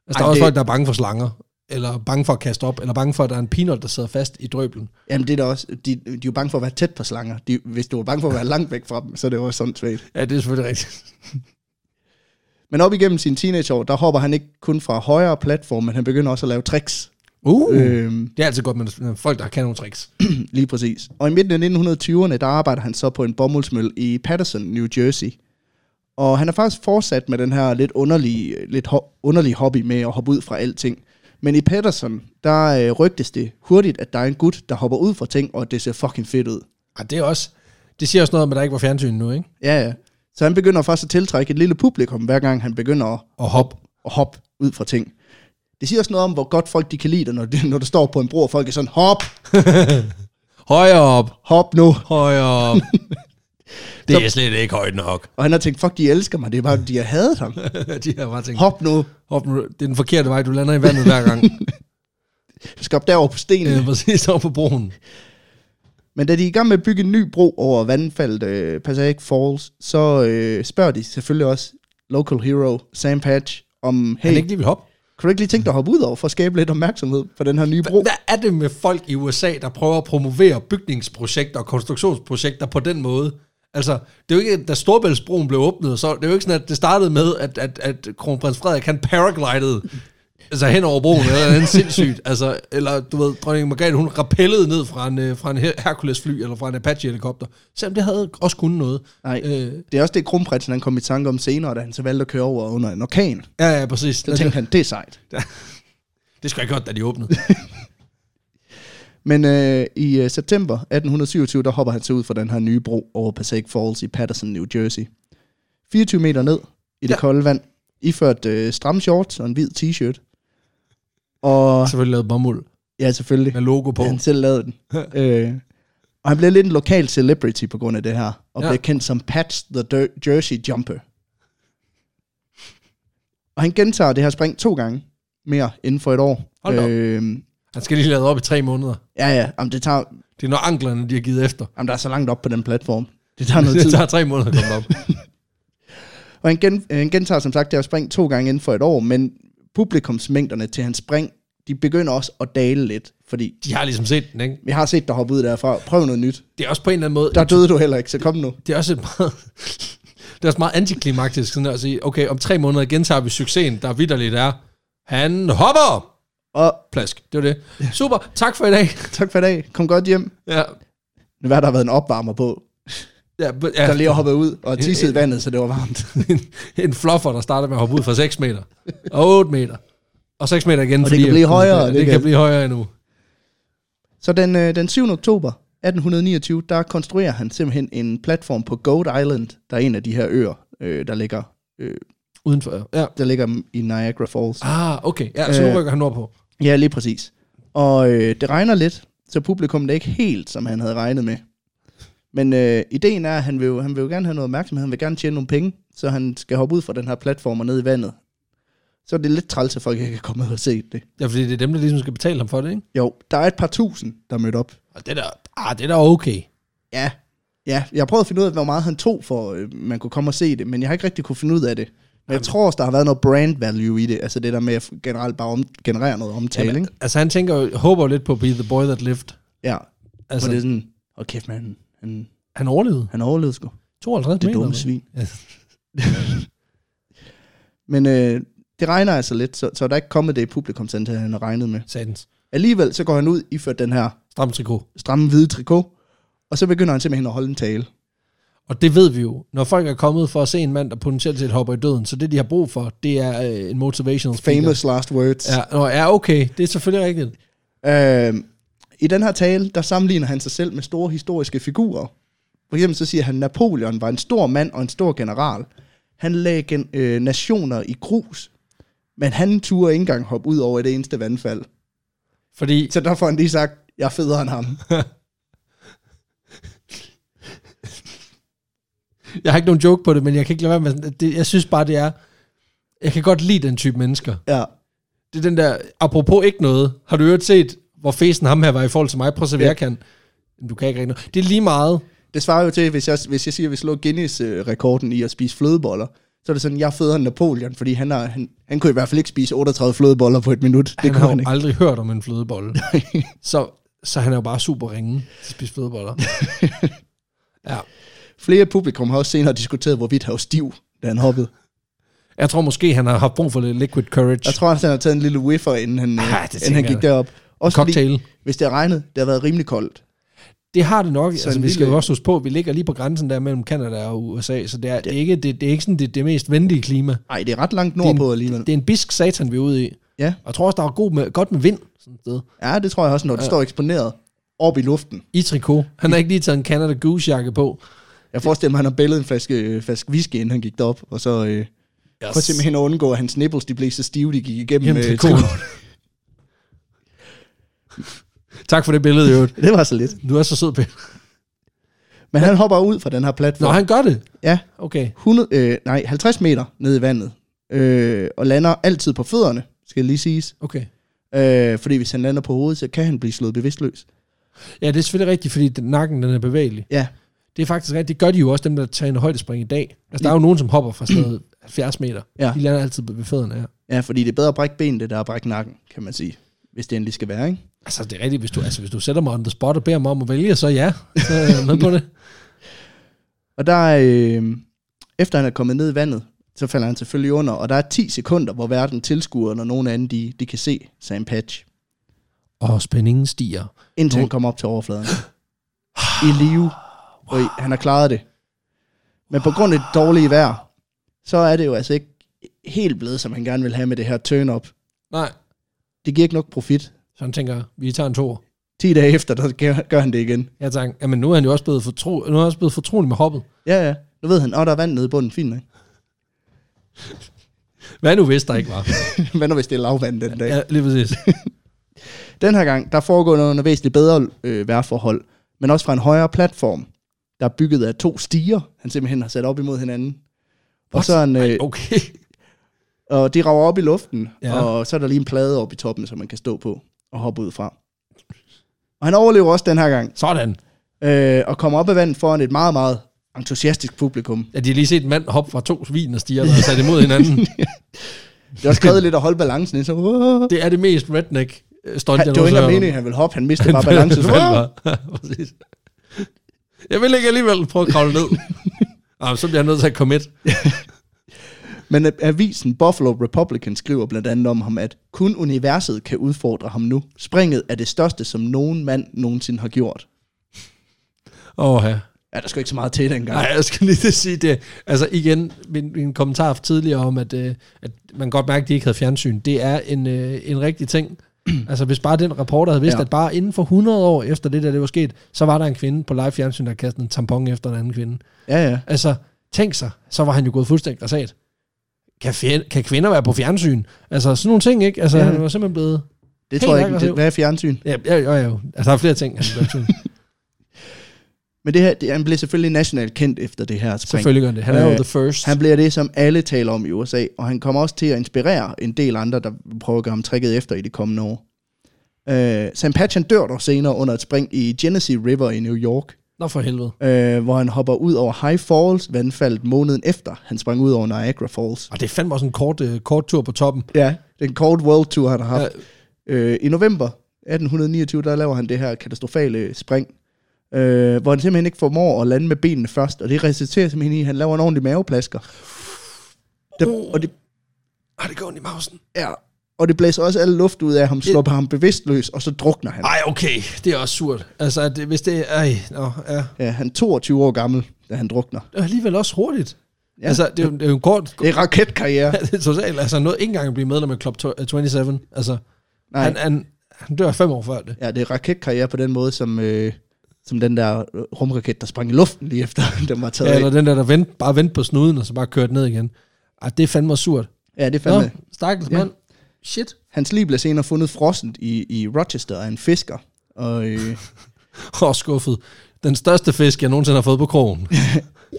[SPEAKER 1] Altså, der
[SPEAKER 2] Ej,
[SPEAKER 1] er også
[SPEAKER 2] det-
[SPEAKER 1] folk, der er bange for slanger, eller bange for at kaste op, eller bange for, at der er en peanut, der sidder fast i drøblen.
[SPEAKER 2] Jamen det er da også, de, de er jo bange for at være tæt på slanger. De, hvis du er bange for at være langt væk fra dem, så er det jo også sådan svært.
[SPEAKER 1] Ja, det er selvfølgelig rigtigt.
[SPEAKER 2] Men op igennem sine teenageår, der hopper han ikke kun fra højere platform, men han begynder også at lave tricks.
[SPEAKER 1] Uh.
[SPEAKER 2] Uh. Øhm,
[SPEAKER 1] Det er altid godt med folk, der kan nogle tricks.
[SPEAKER 2] lige præcis. Og i midten af 1920'erne, der arbejder han så på en bomuldsmølle i Patterson, New Jersey. Og han er faktisk fortsat med den her lidt underlige, lidt ho- underlige hobby med at hoppe ud fra alting. Men i Patterson, der øh, rygtes det hurtigt, at der er en gut, der hopper ud fra ting, og at det ser fucking fedt ud.
[SPEAKER 1] Ja, det er også... Det siger også noget om, at der ikke var fjernsyn nu, ikke?
[SPEAKER 2] Ja, ja. Så han begynder faktisk at tiltrække et lille publikum, hver gang han begynder at,
[SPEAKER 1] Og hop.
[SPEAKER 2] at hoppe ud fra ting. Det siger også noget om, hvor godt folk de kan lide dig, når, de, når du står på en bro, og folk er sådan, hop,
[SPEAKER 1] Højere op.
[SPEAKER 2] hop nu.
[SPEAKER 1] Højere op. det er slet ikke højt nok.
[SPEAKER 2] Og han har tænkt, fuck, de elsker mig, det er bare, de har hadet ham.
[SPEAKER 1] De har bare tænkt,
[SPEAKER 2] Hop nu,
[SPEAKER 1] hop, nu. det er den forkerte vej, du lander i vandet hver gang.
[SPEAKER 2] du skal op derover på stenen.
[SPEAKER 1] øh, præcis over på broen.
[SPEAKER 2] Men da de er i gang med at bygge en ny bro over vandfaldet øh, Passaic Falls, så øh, spørger de selvfølgelig også local hero Sam Patch om,
[SPEAKER 1] Hey. Han
[SPEAKER 2] hey,
[SPEAKER 1] ikke lige vil hoppe.
[SPEAKER 2] kan du ikke lige tænke dig at hoppe ud over for at skabe lidt opmærksomhed på den her nye bro?
[SPEAKER 1] Hvad er det med folk i USA, der prøver at promovere bygningsprojekter og konstruktionsprojekter på den måde? Altså, det er jo ikke, da Storbæltsbroen blev åbnet, så det er jo ikke sådan, at det startede med, at, at, at kronprins Frederik, han paraglidede altså hen over broen, eller andet sindssygt. Altså, eller du ved, dronning Margrethe, hun rappellede ned fra en, øh, fra en Her- Hercules-fly, eller fra en Apache-helikopter. Selvom det havde også kun noget.
[SPEAKER 2] Nej.
[SPEAKER 1] Øh,
[SPEAKER 2] Det er også det, kronprinsen han kom i tanke om senere, da han så valgte at køre over under en orkan.
[SPEAKER 1] ja, ja, præcis.
[SPEAKER 2] Så tænkte han, det er sejt.
[SPEAKER 1] Det skulle jeg godt, da de åbnede.
[SPEAKER 2] Men øh, i øh, september 1827, der hopper han så ud fra den her nye bro over Passaic Falls i Patterson, New Jersey. 24 meter ned i det
[SPEAKER 1] Ja.
[SPEAKER 2] ja. kolde vand, iført øh, stramme shorts og en hvid t-shirt. Og
[SPEAKER 1] Selvfølgelig lavet bomuld
[SPEAKER 2] ja, selvfølgelig.
[SPEAKER 1] med logo på.
[SPEAKER 2] Han selv lavede den. øh, og han blev lidt en lokal celebrity på grund af det her, og
[SPEAKER 1] Ja.
[SPEAKER 2] ja. blev kendt som Pat the Dir- Jersey Jumper. Og han gentager det her spring to gange mere inden for et år.
[SPEAKER 1] Hold da op.
[SPEAKER 2] øh,
[SPEAKER 1] Han skal lige lade op i tre måneder.
[SPEAKER 2] ja, ja, jamen, det tager,
[SPEAKER 1] Det er når anklerne, de har givet efter.
[SPEAKER 2] jamen, der er så langt op på den platform. Det tager noget
[SPEAKER 1] Det
[SPEAKER 2] tid.
[SPEAKER 1] tager tre måneder at komme op.
[SPEAKER 2] Og han, gen, øh, han gentager som sagt det her spring to gange inden for et år, men publikumsmængderne til hans spring, de begynder også at dale lidt, fordi
[SPEAKER 1] De har ligesom set den, ikke?
[SPEAKER 2] vi har set dig hoppe ud derfra. Prøv noget nyt.
[SPEAKER 1] Det er også på en eller anden måde...
[SPEAKER 2] Der døde du heller ikke, så kom nu.
[SPEAKER 1] Det er også et meget... det er også meget antiklimaktisk sådan at sige, okay, om tre måneder gentager vi succesen, der vidderligt er. Han hopper!
[SPEAKER 2] Og
[SPEAKER 1] Plask, det var det. Super, tak for i dag.
[SPEAKER 2] tak for i dag. Kom godt hjem.
[SPEAKER 1] Ja,
[SPEAKER 2] Det var, der har været en opvarmer på,
[SPEAKER 1] ja, b- ja.
[SPEAKER 2] der lige har hoppet ud og tisset i vandet, så det var varmt.
[SPEAKER 1] en, en fluffer, der starter med at hoppe ud fra 6 meter, og 8 meter, og 6 meter igen.
[SPEAKER 2] Og det
[SPEAKER 1] fordi-
[SPEAKER 2] kan blive højere,
[SPEAKER 1] Det,
[SPEAKER 2] det
[SPEAKER 1] det kan
[SPEAKER 2] kan-
[SPEAKER 1] blive højere endnu.
[SPEAKER 2] Så den, øh, den 7. oktober 1829, der konstruerer han simpelthen en platform på Goat Island, der er en af de her øer, øh, der, ligger, øh,
[SPEAKER 1] Udenfor, ja.
[SPEAKER 2] der ligger i Niagara Falls.
[SPEAKER 1] Ah, okay. Ja, så nu
[SPEAKER 2] Øh.
[SPEAKER 1] rykker han nordpå.
[SPEAKER 2] Ja, lige præcis. Og øh, det regner lidt, så publikum er ikke helt, som han havde regnet med. Men øh, ideen er, at han vil, jo- han vil jo gerne have noget opmærksomhed, han vil gerne tjene nogle penge, så han skal hoppe ud fra den her platform og ned i vandet. Så er det lidt træls, at folk ikke kan komme ud og se det.
[SPEAKER 1] Ja, fordi det er dem, der ligesom skal betale ham for det, ikke?
[SPEAKER 2] Jo, der er et par tusind, der mødte op.
[SPEAKER 1] Og det der, ah, det der er okay.
[SPEAKER 2] Ja, ja. Jeg har prøvet at finde ud af, hvor meget han tog for, øh, man kunne komme og se det, men jeg har ikke rigtig kunne finde ud af det. Men jeg tror også, der har været noget brand value i det, altså det der med at generelt bare om, generere noget omtale, ikke?
[SPEAKER 1] Altså, han tænker, jo- håber jo lidt på Be the Boy That Lived.
[SPEAKER 2] Ja, altså,
[SPEAKER 1] Altså,
[SPEAKER 2] for det er sådan, og oh, kæft mand, han,
[SPEAKER 1] han overlevede.
[SPEAKER 2] han overlevede sgu.
[SPEAKER 1] 52
[SPEAKER 2] Det
[SPEAKER 1] meter.
[SPEAKER 2] dumme
[SPEAKER 1] eller
[SPEAKER 2] svin.
[SPEAKER 1] Ja.
[SPEAKER 2] Men øh, det regner altså lidt, så, så der er ikke kommet det publikumsantal, han har regnet med.
[SPEAKER 1] hvad? Satans.
[SPEAKER 2] Alligevel så går han ud iført den her
[SPEAKER 1] Stram trikot.
[SPEAKER 2] stramme hvide trikot, og så begynder han simpelthen at holde en tale.
[SPEAKER 1] Og det ved vi jo. Når folk er kommet for at se en mand, der potentielt set hopper i døden, så det, de har brug for, det er øh, en motivational speaker.
[SPEAKER 2] Famous last words.
[SPEAKER 1] Ja, nå, ja, okay. Det er selvfølgelig rigtigt.
[SPEAKER 2] Øh, I den her tale, der sammenligner han sig selv med store historiske figurer. For eksempel så siger han, at Napoleon var en stor mand og en stor general. Han lagde gen, øh, nationer i grus, men han turde ikke engang hoppe ud over det eneste vandfald.
[SPEAKER 1] Fordi
[SPEAKER 2] Så der får han lige sagt, jeg er federe end ham.
[SPEAKER 1] Jeg har ikke nogen joke på det, men jeg kan ikke lade være med sådan- det, Jeg synes bare, det er... Jeg kan godt lide den type mennesker.
[SPEAKER 2] Ja,
[SPEAKER 1] Det er den der, apropos ikke noget, har du i øvrigt set, hvor fesen ham her var i forhold til mig? Prøv at se, hvad
[SPEAKER 2] Ja.
[SPEAKER 1] jeg kan. Men Du kan ikke rigtig noget. Det er lige meget.
[SPEAKER 2] det svarer jo til, hvis jeg, hvis jeg siger, at vi slår Guinness-rekorden i at spise flødeboller, så er det sådan, jeg er federe end Napoleon, fordi han, har, han, han kunne i hvert fald ikke spise 38 flødeboller på et minut. Det
[SPEAKER 1] Det han
[SPEAKER 2] kunne
[SPEAKER 1] har
[SPEAKER 2] han
[SPEAKER 1] jo
[SPEAKER 2] ikke.
[SPEAKER 1] aldrig hørt om en flødebolle. så, så han er jo bare super ringe til at spise flødeboller. ja.
[SPEAKER 2] Flere publikum har også senere diskuteret, hvorvidt han var stiv, da han hoppede.
[SPEAKER 1] Jeg tror måske, han har haft brug for lidt liquid courage.
[SPEAKER 2] Jeg tror, han har taget en lille whiffer, inden han,
[SPEAKER 1] Ah,
[SPEAKER 2] ah,
[SPEAKER 1] det
[SPEAKER 2] inden han
[SPEAKER 1] tænker
[SPEAKER 2] gik
[SPEAKER 1] jeg.
[SPEAKER 2] derop. Også
[SPEAKER 1] Cocktail.
[SPEAKER 2] Fordi, hvis det har regnet, det har været rimelig koldt.
[SPEAKER 1] Det har det nok. altså,
[SPEAKER 2] en
[SPEAKER 1] vi skal
[SPEAKER 2] lille-
[SPEAKER 1] jo også huske på, at vi ligger lige på grænsen der mellem Kanada og USA, så det er, det, er, ikke, det, det er ikke sådan det, det mest venlige klima.
[SPEAKER 2] Nej, det er ret langt
[SPEAKER 1] Det er en-
[SPEAKER 2] nordpå alligevel.
[SPEAKER 1] Det er en bisk satan, vi er ude i.
[SPEAKER 2] Ja.
[SPEAKER 1] Og jeg tror også, der er god med, godt med vind sådan et sted.
[SPEAKER 2] ja, det tror jeg også, når det står eksponeret op i luften.
[SPEAKER 1] I trikot. Han har ikke lige taget en Canada Goose jakke på.
[SPEAKER 2] Jeg forestiller mig, han har bællet en flaske, øh, flaske whisky, inden han gik derop, og så øh,
[SPEAKER 1] Yes.
[SPEAKER 2] for simpelthen at undgå, at hans nipples de blev så stive, de gik igennem
[SPEAKER 1] Jamen,
[SPEAKER 2] øh,
[SPEAKER 1] det er cool.
[SPEAKER 2] trikoten.
[SPEAKER 1] Tak for det billede, i øvrigt.
[SPEAKER 2] Det var så lidt.
[SPEAKER 1] Du er så sød, Peter.
[SPEAKER 2] Men han hopper ud fra den her
[SPEAKER 1] Nå,
[SPEAKER 2] platform.
[SPEAKER 1] han gør det.
[SPEAKER 2] Ja,
[SPEAKER 1] Okay.
[SPEAKER 2] 100, øh, nej, 50 meter ned i vandet. Øh, og lander altid på fødderne, skal lige siges.
[SPEAKER 1] Okay.
[SPEAKER 2] Øh, fordi hvis han lander på hovedet, så kan han blive slået bevidstløs.
[SPEAKER 1] Ja, det er selvfølgelig rigtigt, fordi den- nakken den er bevægelig.
[SPEAKER 2] Ja,
[SPEAKER 1] Det er faktisk rigtigt. Det gør de jo også, dem der tager en højdespring i dag. Altså, der er jo nogen, som hopper fra stedet 70 meter.
[SPEAKER 2] Ja.
[SPEAKER 1] De lander altid ved fødderne her.
[SPEAKER 2] Ja, fordi det er bedre at brække benet, det der at brække nakken, kan man sige. Hvis det endelig skal være, ikke?
[SPEAKER 1] Altså, det er rigtigt. Hvis du, altså, hvis du sætter mig on the spot og beder mig om at vælge, så ja. Så er jeg med på det.
[SPEAKER 2] Og der er, øh, efter han er kommet ned i vandet, så falder han selvfølgelig under, og der er 10 sekunder, hvor hverken tilskuer eller nogen anden, de, de kan se Sam Patch,
[SPEAKER 1] Og spændingen stiger.
[SPEAKER 2] indtil han kommer op til overfladen. I live, og i, han har klaret det. Men på grund af det dårlige vejr, så er det jo altså ikke helt blevet, som han gerne vil have med det her turn-up.
[SPEAKER 1] Nej.
[SPEAKER 2] Det giver ikke nok profit.
[SPEAKER 1] Så han tænker, vi tager en tor.
[SPEAKER 2] 10 dage efter, der gør, gør han det igen.
[SPEAKER 1] Ja, tak. Jamen, nu er han jo også blevet, fortro, nu er han også blevet fortrolig med hoppet.
[SPEAKER 2] Ja, ja. Nu ved han, åh, der er vand nede i bunden. Fint, ikke?
[SPEAKER 1] Hvad nu, hvis der ikke var?
[SPEAKER 2] Hvad nu, hvis det er lavvand den dag?
[SPEAKER 1] ja, lige præcis.
[SPEAKER 2] Den her gang, der foregår noget under væsentligt bedre øh, vejrforhold, men også fra en højere platform, der er bygget af to stiger, han simpelthen har sat op imod hinanden. Og,
[SPEAKER 1] What?
[SPEAKER 2] så er en,
[SPEAKER 1] Ej,
[SPEAKER 2] øh,
[SPEAKER 1] okay.
[SPEAKER 2] og de rager op i luften,
[SPEAKER 1] Ja.
[SPEAKER 2] ja. og så er der lige en plade oppe i toppen, som man kan stå på og hoppe ud fra. Og han overlever også den her gang,
[SPEAKER 1] Sådan.
[SPEAKER 2] øh, og kommer op af vandet foran et meget, meget entusiastisk publikum.
[SPEAKER 1] Ja, de har lige set en mand hoppe fra to svin og stiger, der er sat imod hinanden.
[SPEAKER 2] Det er også krævet lidt at holde balancen. Så, Wah!
[SPEAKER 1] Det er det mest redneck øh, stunt,
[SPEAKER 2] han,
[SPEAKER 1] jeg
[SPEAKER 2] det var ikke
[SPEAKER 1] nogensinde har
[SPEAKER 2] engang
[SPEAKER 1] hørt om.
[SPEAKER 2] meningen, han ville hoppe. Han mistede bare balancen.
[SPEAKER 1] Det faldt bare. Præcis. Jeg vil ikke alligevel prøve at kravle ned. Nå, men så bliver jeg nødt til at komme et.
[SPEAKER 2] Men øh, avisen Buffalo Republican skriver blandt andet om ham, at kun universet kan udfordre ham nu. Springet er det største, som nogen mand nogensinde har gjort.
[SPEAKER 1] Åh, ja.
[SPEAKER 2] Ja, der skal ikke så meget til dengang.
[SPEAKER 1] Nej, jeg skal lige til at sige det. Altså igen, min, min kommentar fra tidligere om, at, øh, at man godt mærke, at de ikke havde fjernsyn. Det er en, øh, en rigtig ting. Altså hvis bare den reporter havde vidst, ja.
[SPEAKER 2] Ja.
[SPEAKER 1] at bare inden for 100 år efter det der, det var sket, så var der en kvinde på live fjernsyn, der kastede en tampon efter en anden kvinde.
[SPEAKER 2] Ja, ja.
[SPEAKER 1] Altså, tænk sig, så var han jo gået fuldstændig græsat. Kan, fjer- kan kvinder være på fjernsyn? Altså, sådan nogle ting, ikke? Altså, ja.
[SPEAKER 2] Ja.
[SPEAKER 1] han var simpelthen blevet...
[SPEAKER 2] Det
[SPEAKER 1] Helt
[SPEAKER 2] tror jeg ikke,
[SPEAKER 1] aggressiv.
[SPEAKER 2] det, hvad er fjernsyn?
[SPEAKER 1] Ja, ja, ja, ja. Altså, der er flere ting, han blev til.
[SPEAKER 2] Men det her, det, han blev selvfølgelig nationalt kendt efter det her spring.
[SPEAKER 1] Selvfølgelig gør han det. Han er jo
[SPEAKER 2] Øh,
[SPEAKER 1] the first.
[SPEAKER 2] Han bliver det, som alle taler om i USA, og han kommer også til at inspirere en del andre, der prøver at gøre ham trækket efter i det kommende år. Øh, Sam Patchen dør dog senere under et spring i Genesee River i New York.
[SPEAKER 1] Nå, for helvede.
[SPEAKER 2] øh, hvor han hopper ud over High Falls, vandfaldet måneden efter. Han sprang ud over Niagara Falls.
[SPEAKER 1] Og det fandt også en kort, øh, kort tur på toppen.
[SPEAKER 2] Ja, den Cold World Tour, han har haft.
[SPEAKER 1] Ja.
[SPEAKER 2] Øh, I november 1829, der laver han det her katastrofale spring, øh, hvor han simpelthen ikke formår at lande med benene først, og det resulterer simpelthen i, at han laver en ordentlig maveplasker. Der,
[SPEAKER 1] Uh.
[SPEAKER 2] og, det,
[SPEAKER 1] Ej, det går ondt i mausen.
[SPEAKER 2] ja, og det blæser også alle luft ud af ham, slår på ham bevidstløs, og så drukner han.
[SPEAKER 1] Ej, okay. Det er også surt. Altså, at, det- hvis det... Ej, nå, ja.
[SPEAKER 2] Ja, han er 22 år gammel, da han drukner.
[SPEAKER 1] Det er alligevel også hurtigt. Ja.
[SPEAKER 2] Ja.
[SPEAKER 1] Altså, det er, jo, det er jo en kort...
[SPEAKER 2] Det er raketkarriere.
[SPEAKER 1] Ja, det er totalt. Altså, noget, ikke engang at blive medlem af Club to- 27. Altså,
[SPEAKER 2] Nej.
[SPEAKER 1] han, han, han dør fem år før det.
[SPEAKER 2] Ja, det er raketkarriere på den måde, som, øh, som den der rumraket, der sprang i luften lige efter, den var taget
[SPEAKER 1] Ja,
[SPEAKER 2] ja,
[SPEAKER 1] eller den der, der vent, bare vendte på snuden, og så bare kørte ned igen. Ej, det er fandme surt.
[SPEAKER 2] Ja, det er
[SPEAKER 1] Nå,
[SPEAKER 2] fandme.
[SPEAKER 1] stakkels
[SPEAKER 2] Ja.
[SPEAKER 1] mand. Shit.
[SPEAKER 2] Hans liv blev senere fundet frossent i, i Rochester af en fisker. Og øh,
[SPEAKER 1] Og skuffet. Den største fisk, jeg nogensinde har fået på krogen.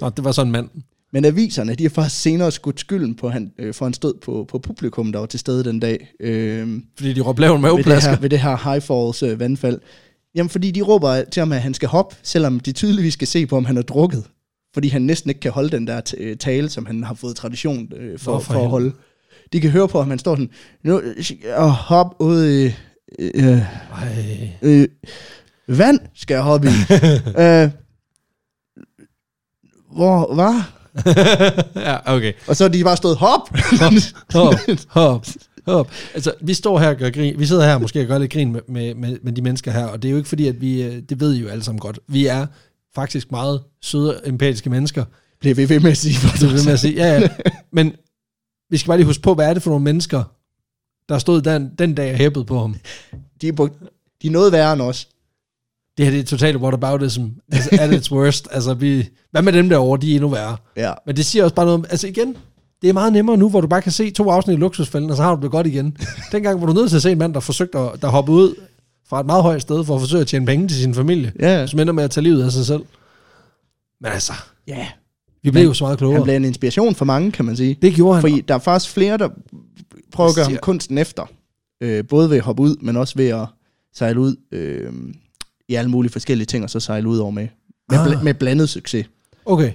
[SPEAKER 1] Nå, det var sådan en mand.
[SPEAKER 2] Men aviserne, de har faktisk senere skudt skylden på han, øh, for hans død på, på publikum, der var til stede den dag. Øh,
[SPEAKER 1] Fordi de råbte lav en
[SPEAKER 2] ved, det
[SPEAKER 1] maveplasker.
[SPEAKER 2] her, ved det her High Falls øh, vandfald. Jamen, fordi de råber til ham, at han skal hoppe, selvom de tydeligvis skal se på, om han er drukket. Fordi han næsten ikke kan holde den der t- øh, tale, som han har fået tradition øh, for,
[SPEAKER 1] Nå, for
[SPEAKER 2] for, for
[SPEAKER 1] helvede.
[SPEAKER 2] at holde. De kan høre på, at han står sådan, nu, øh, og hop ud i øh,
[SPEAKER 1] Ej.
[SPEAKER 2] øh, vand, skal jeg hoppe i. øh, hvor var?
[SPEAKER 1] ja, okay.
[SPEAKER 2] Og så er de bare stået, hop!
[SPEAKER 1] Hop, hop, hop. Altså, vi står her og gør grin. Vi sidder her måske og gør lidt grin med, med, med, med de mennesker her, og det er jo ikke fordi, at vi, øh, det ved I jo alle sammen godt. Vi er faktisk meget søde, empatiske mennesker.
[SPEAKER 2] Bliver vi ved med at sige,
[SPEAKER 1] Det er det med at sige. Ja, ja. Men vi skal bare lige huske på, hvad er det for nogle mennesker, der stod den, den dag og hæppede på ham.
[SPEAKER 2] de er, på, de er noget værre end os.
[SPEAKER 1] Det her, det er totalt whataboutism. Altså, at its worst. Altså, vi, hvad med dem derovre? De er endnu værre.
[SPEAKER 2] Ja.
[SPEAKER 1] Men det siger også bare noget om, altså igen, det er meget nemmere nu, hvor du bare kan se to afsnit i luksusfælden, og så har du det godt igen. Dengang var du nødt til at se en mand, der forsøgte at, der hoppede ud fra et meget højt sted for at forsøge at tjene penge til sin familie,
[SPEAKER 2] Ja,
[SPEAKER 1] som ender med at tage livet af sig selv. Men altså,
[SPEAKER 2] ja.
[SPEAKER 1] vi blev jo så meget
[SPEAKER 2] Han
[SPEAKER 1] klogere.
[SPEAKER 2] blev en inspiration for mange, kan man sige.
[SPEAKER 1] Det gjorde han.
[SPEAKER 2] Fordi der er faktisk flere, der prøver at gøre ham
[SPEAKER 1] Siger-
[SPEAKER 2] kunsten efter. Øh, både ved at hoppe ud, men også ved at sejle ud øh, i alle mulige forskellige ting, og så sejle ud over med, med,
[SPEAKER 1] Ah.
[SPEAKER 2] bl- med blandet succes.
[SPEAKER 1] Okay.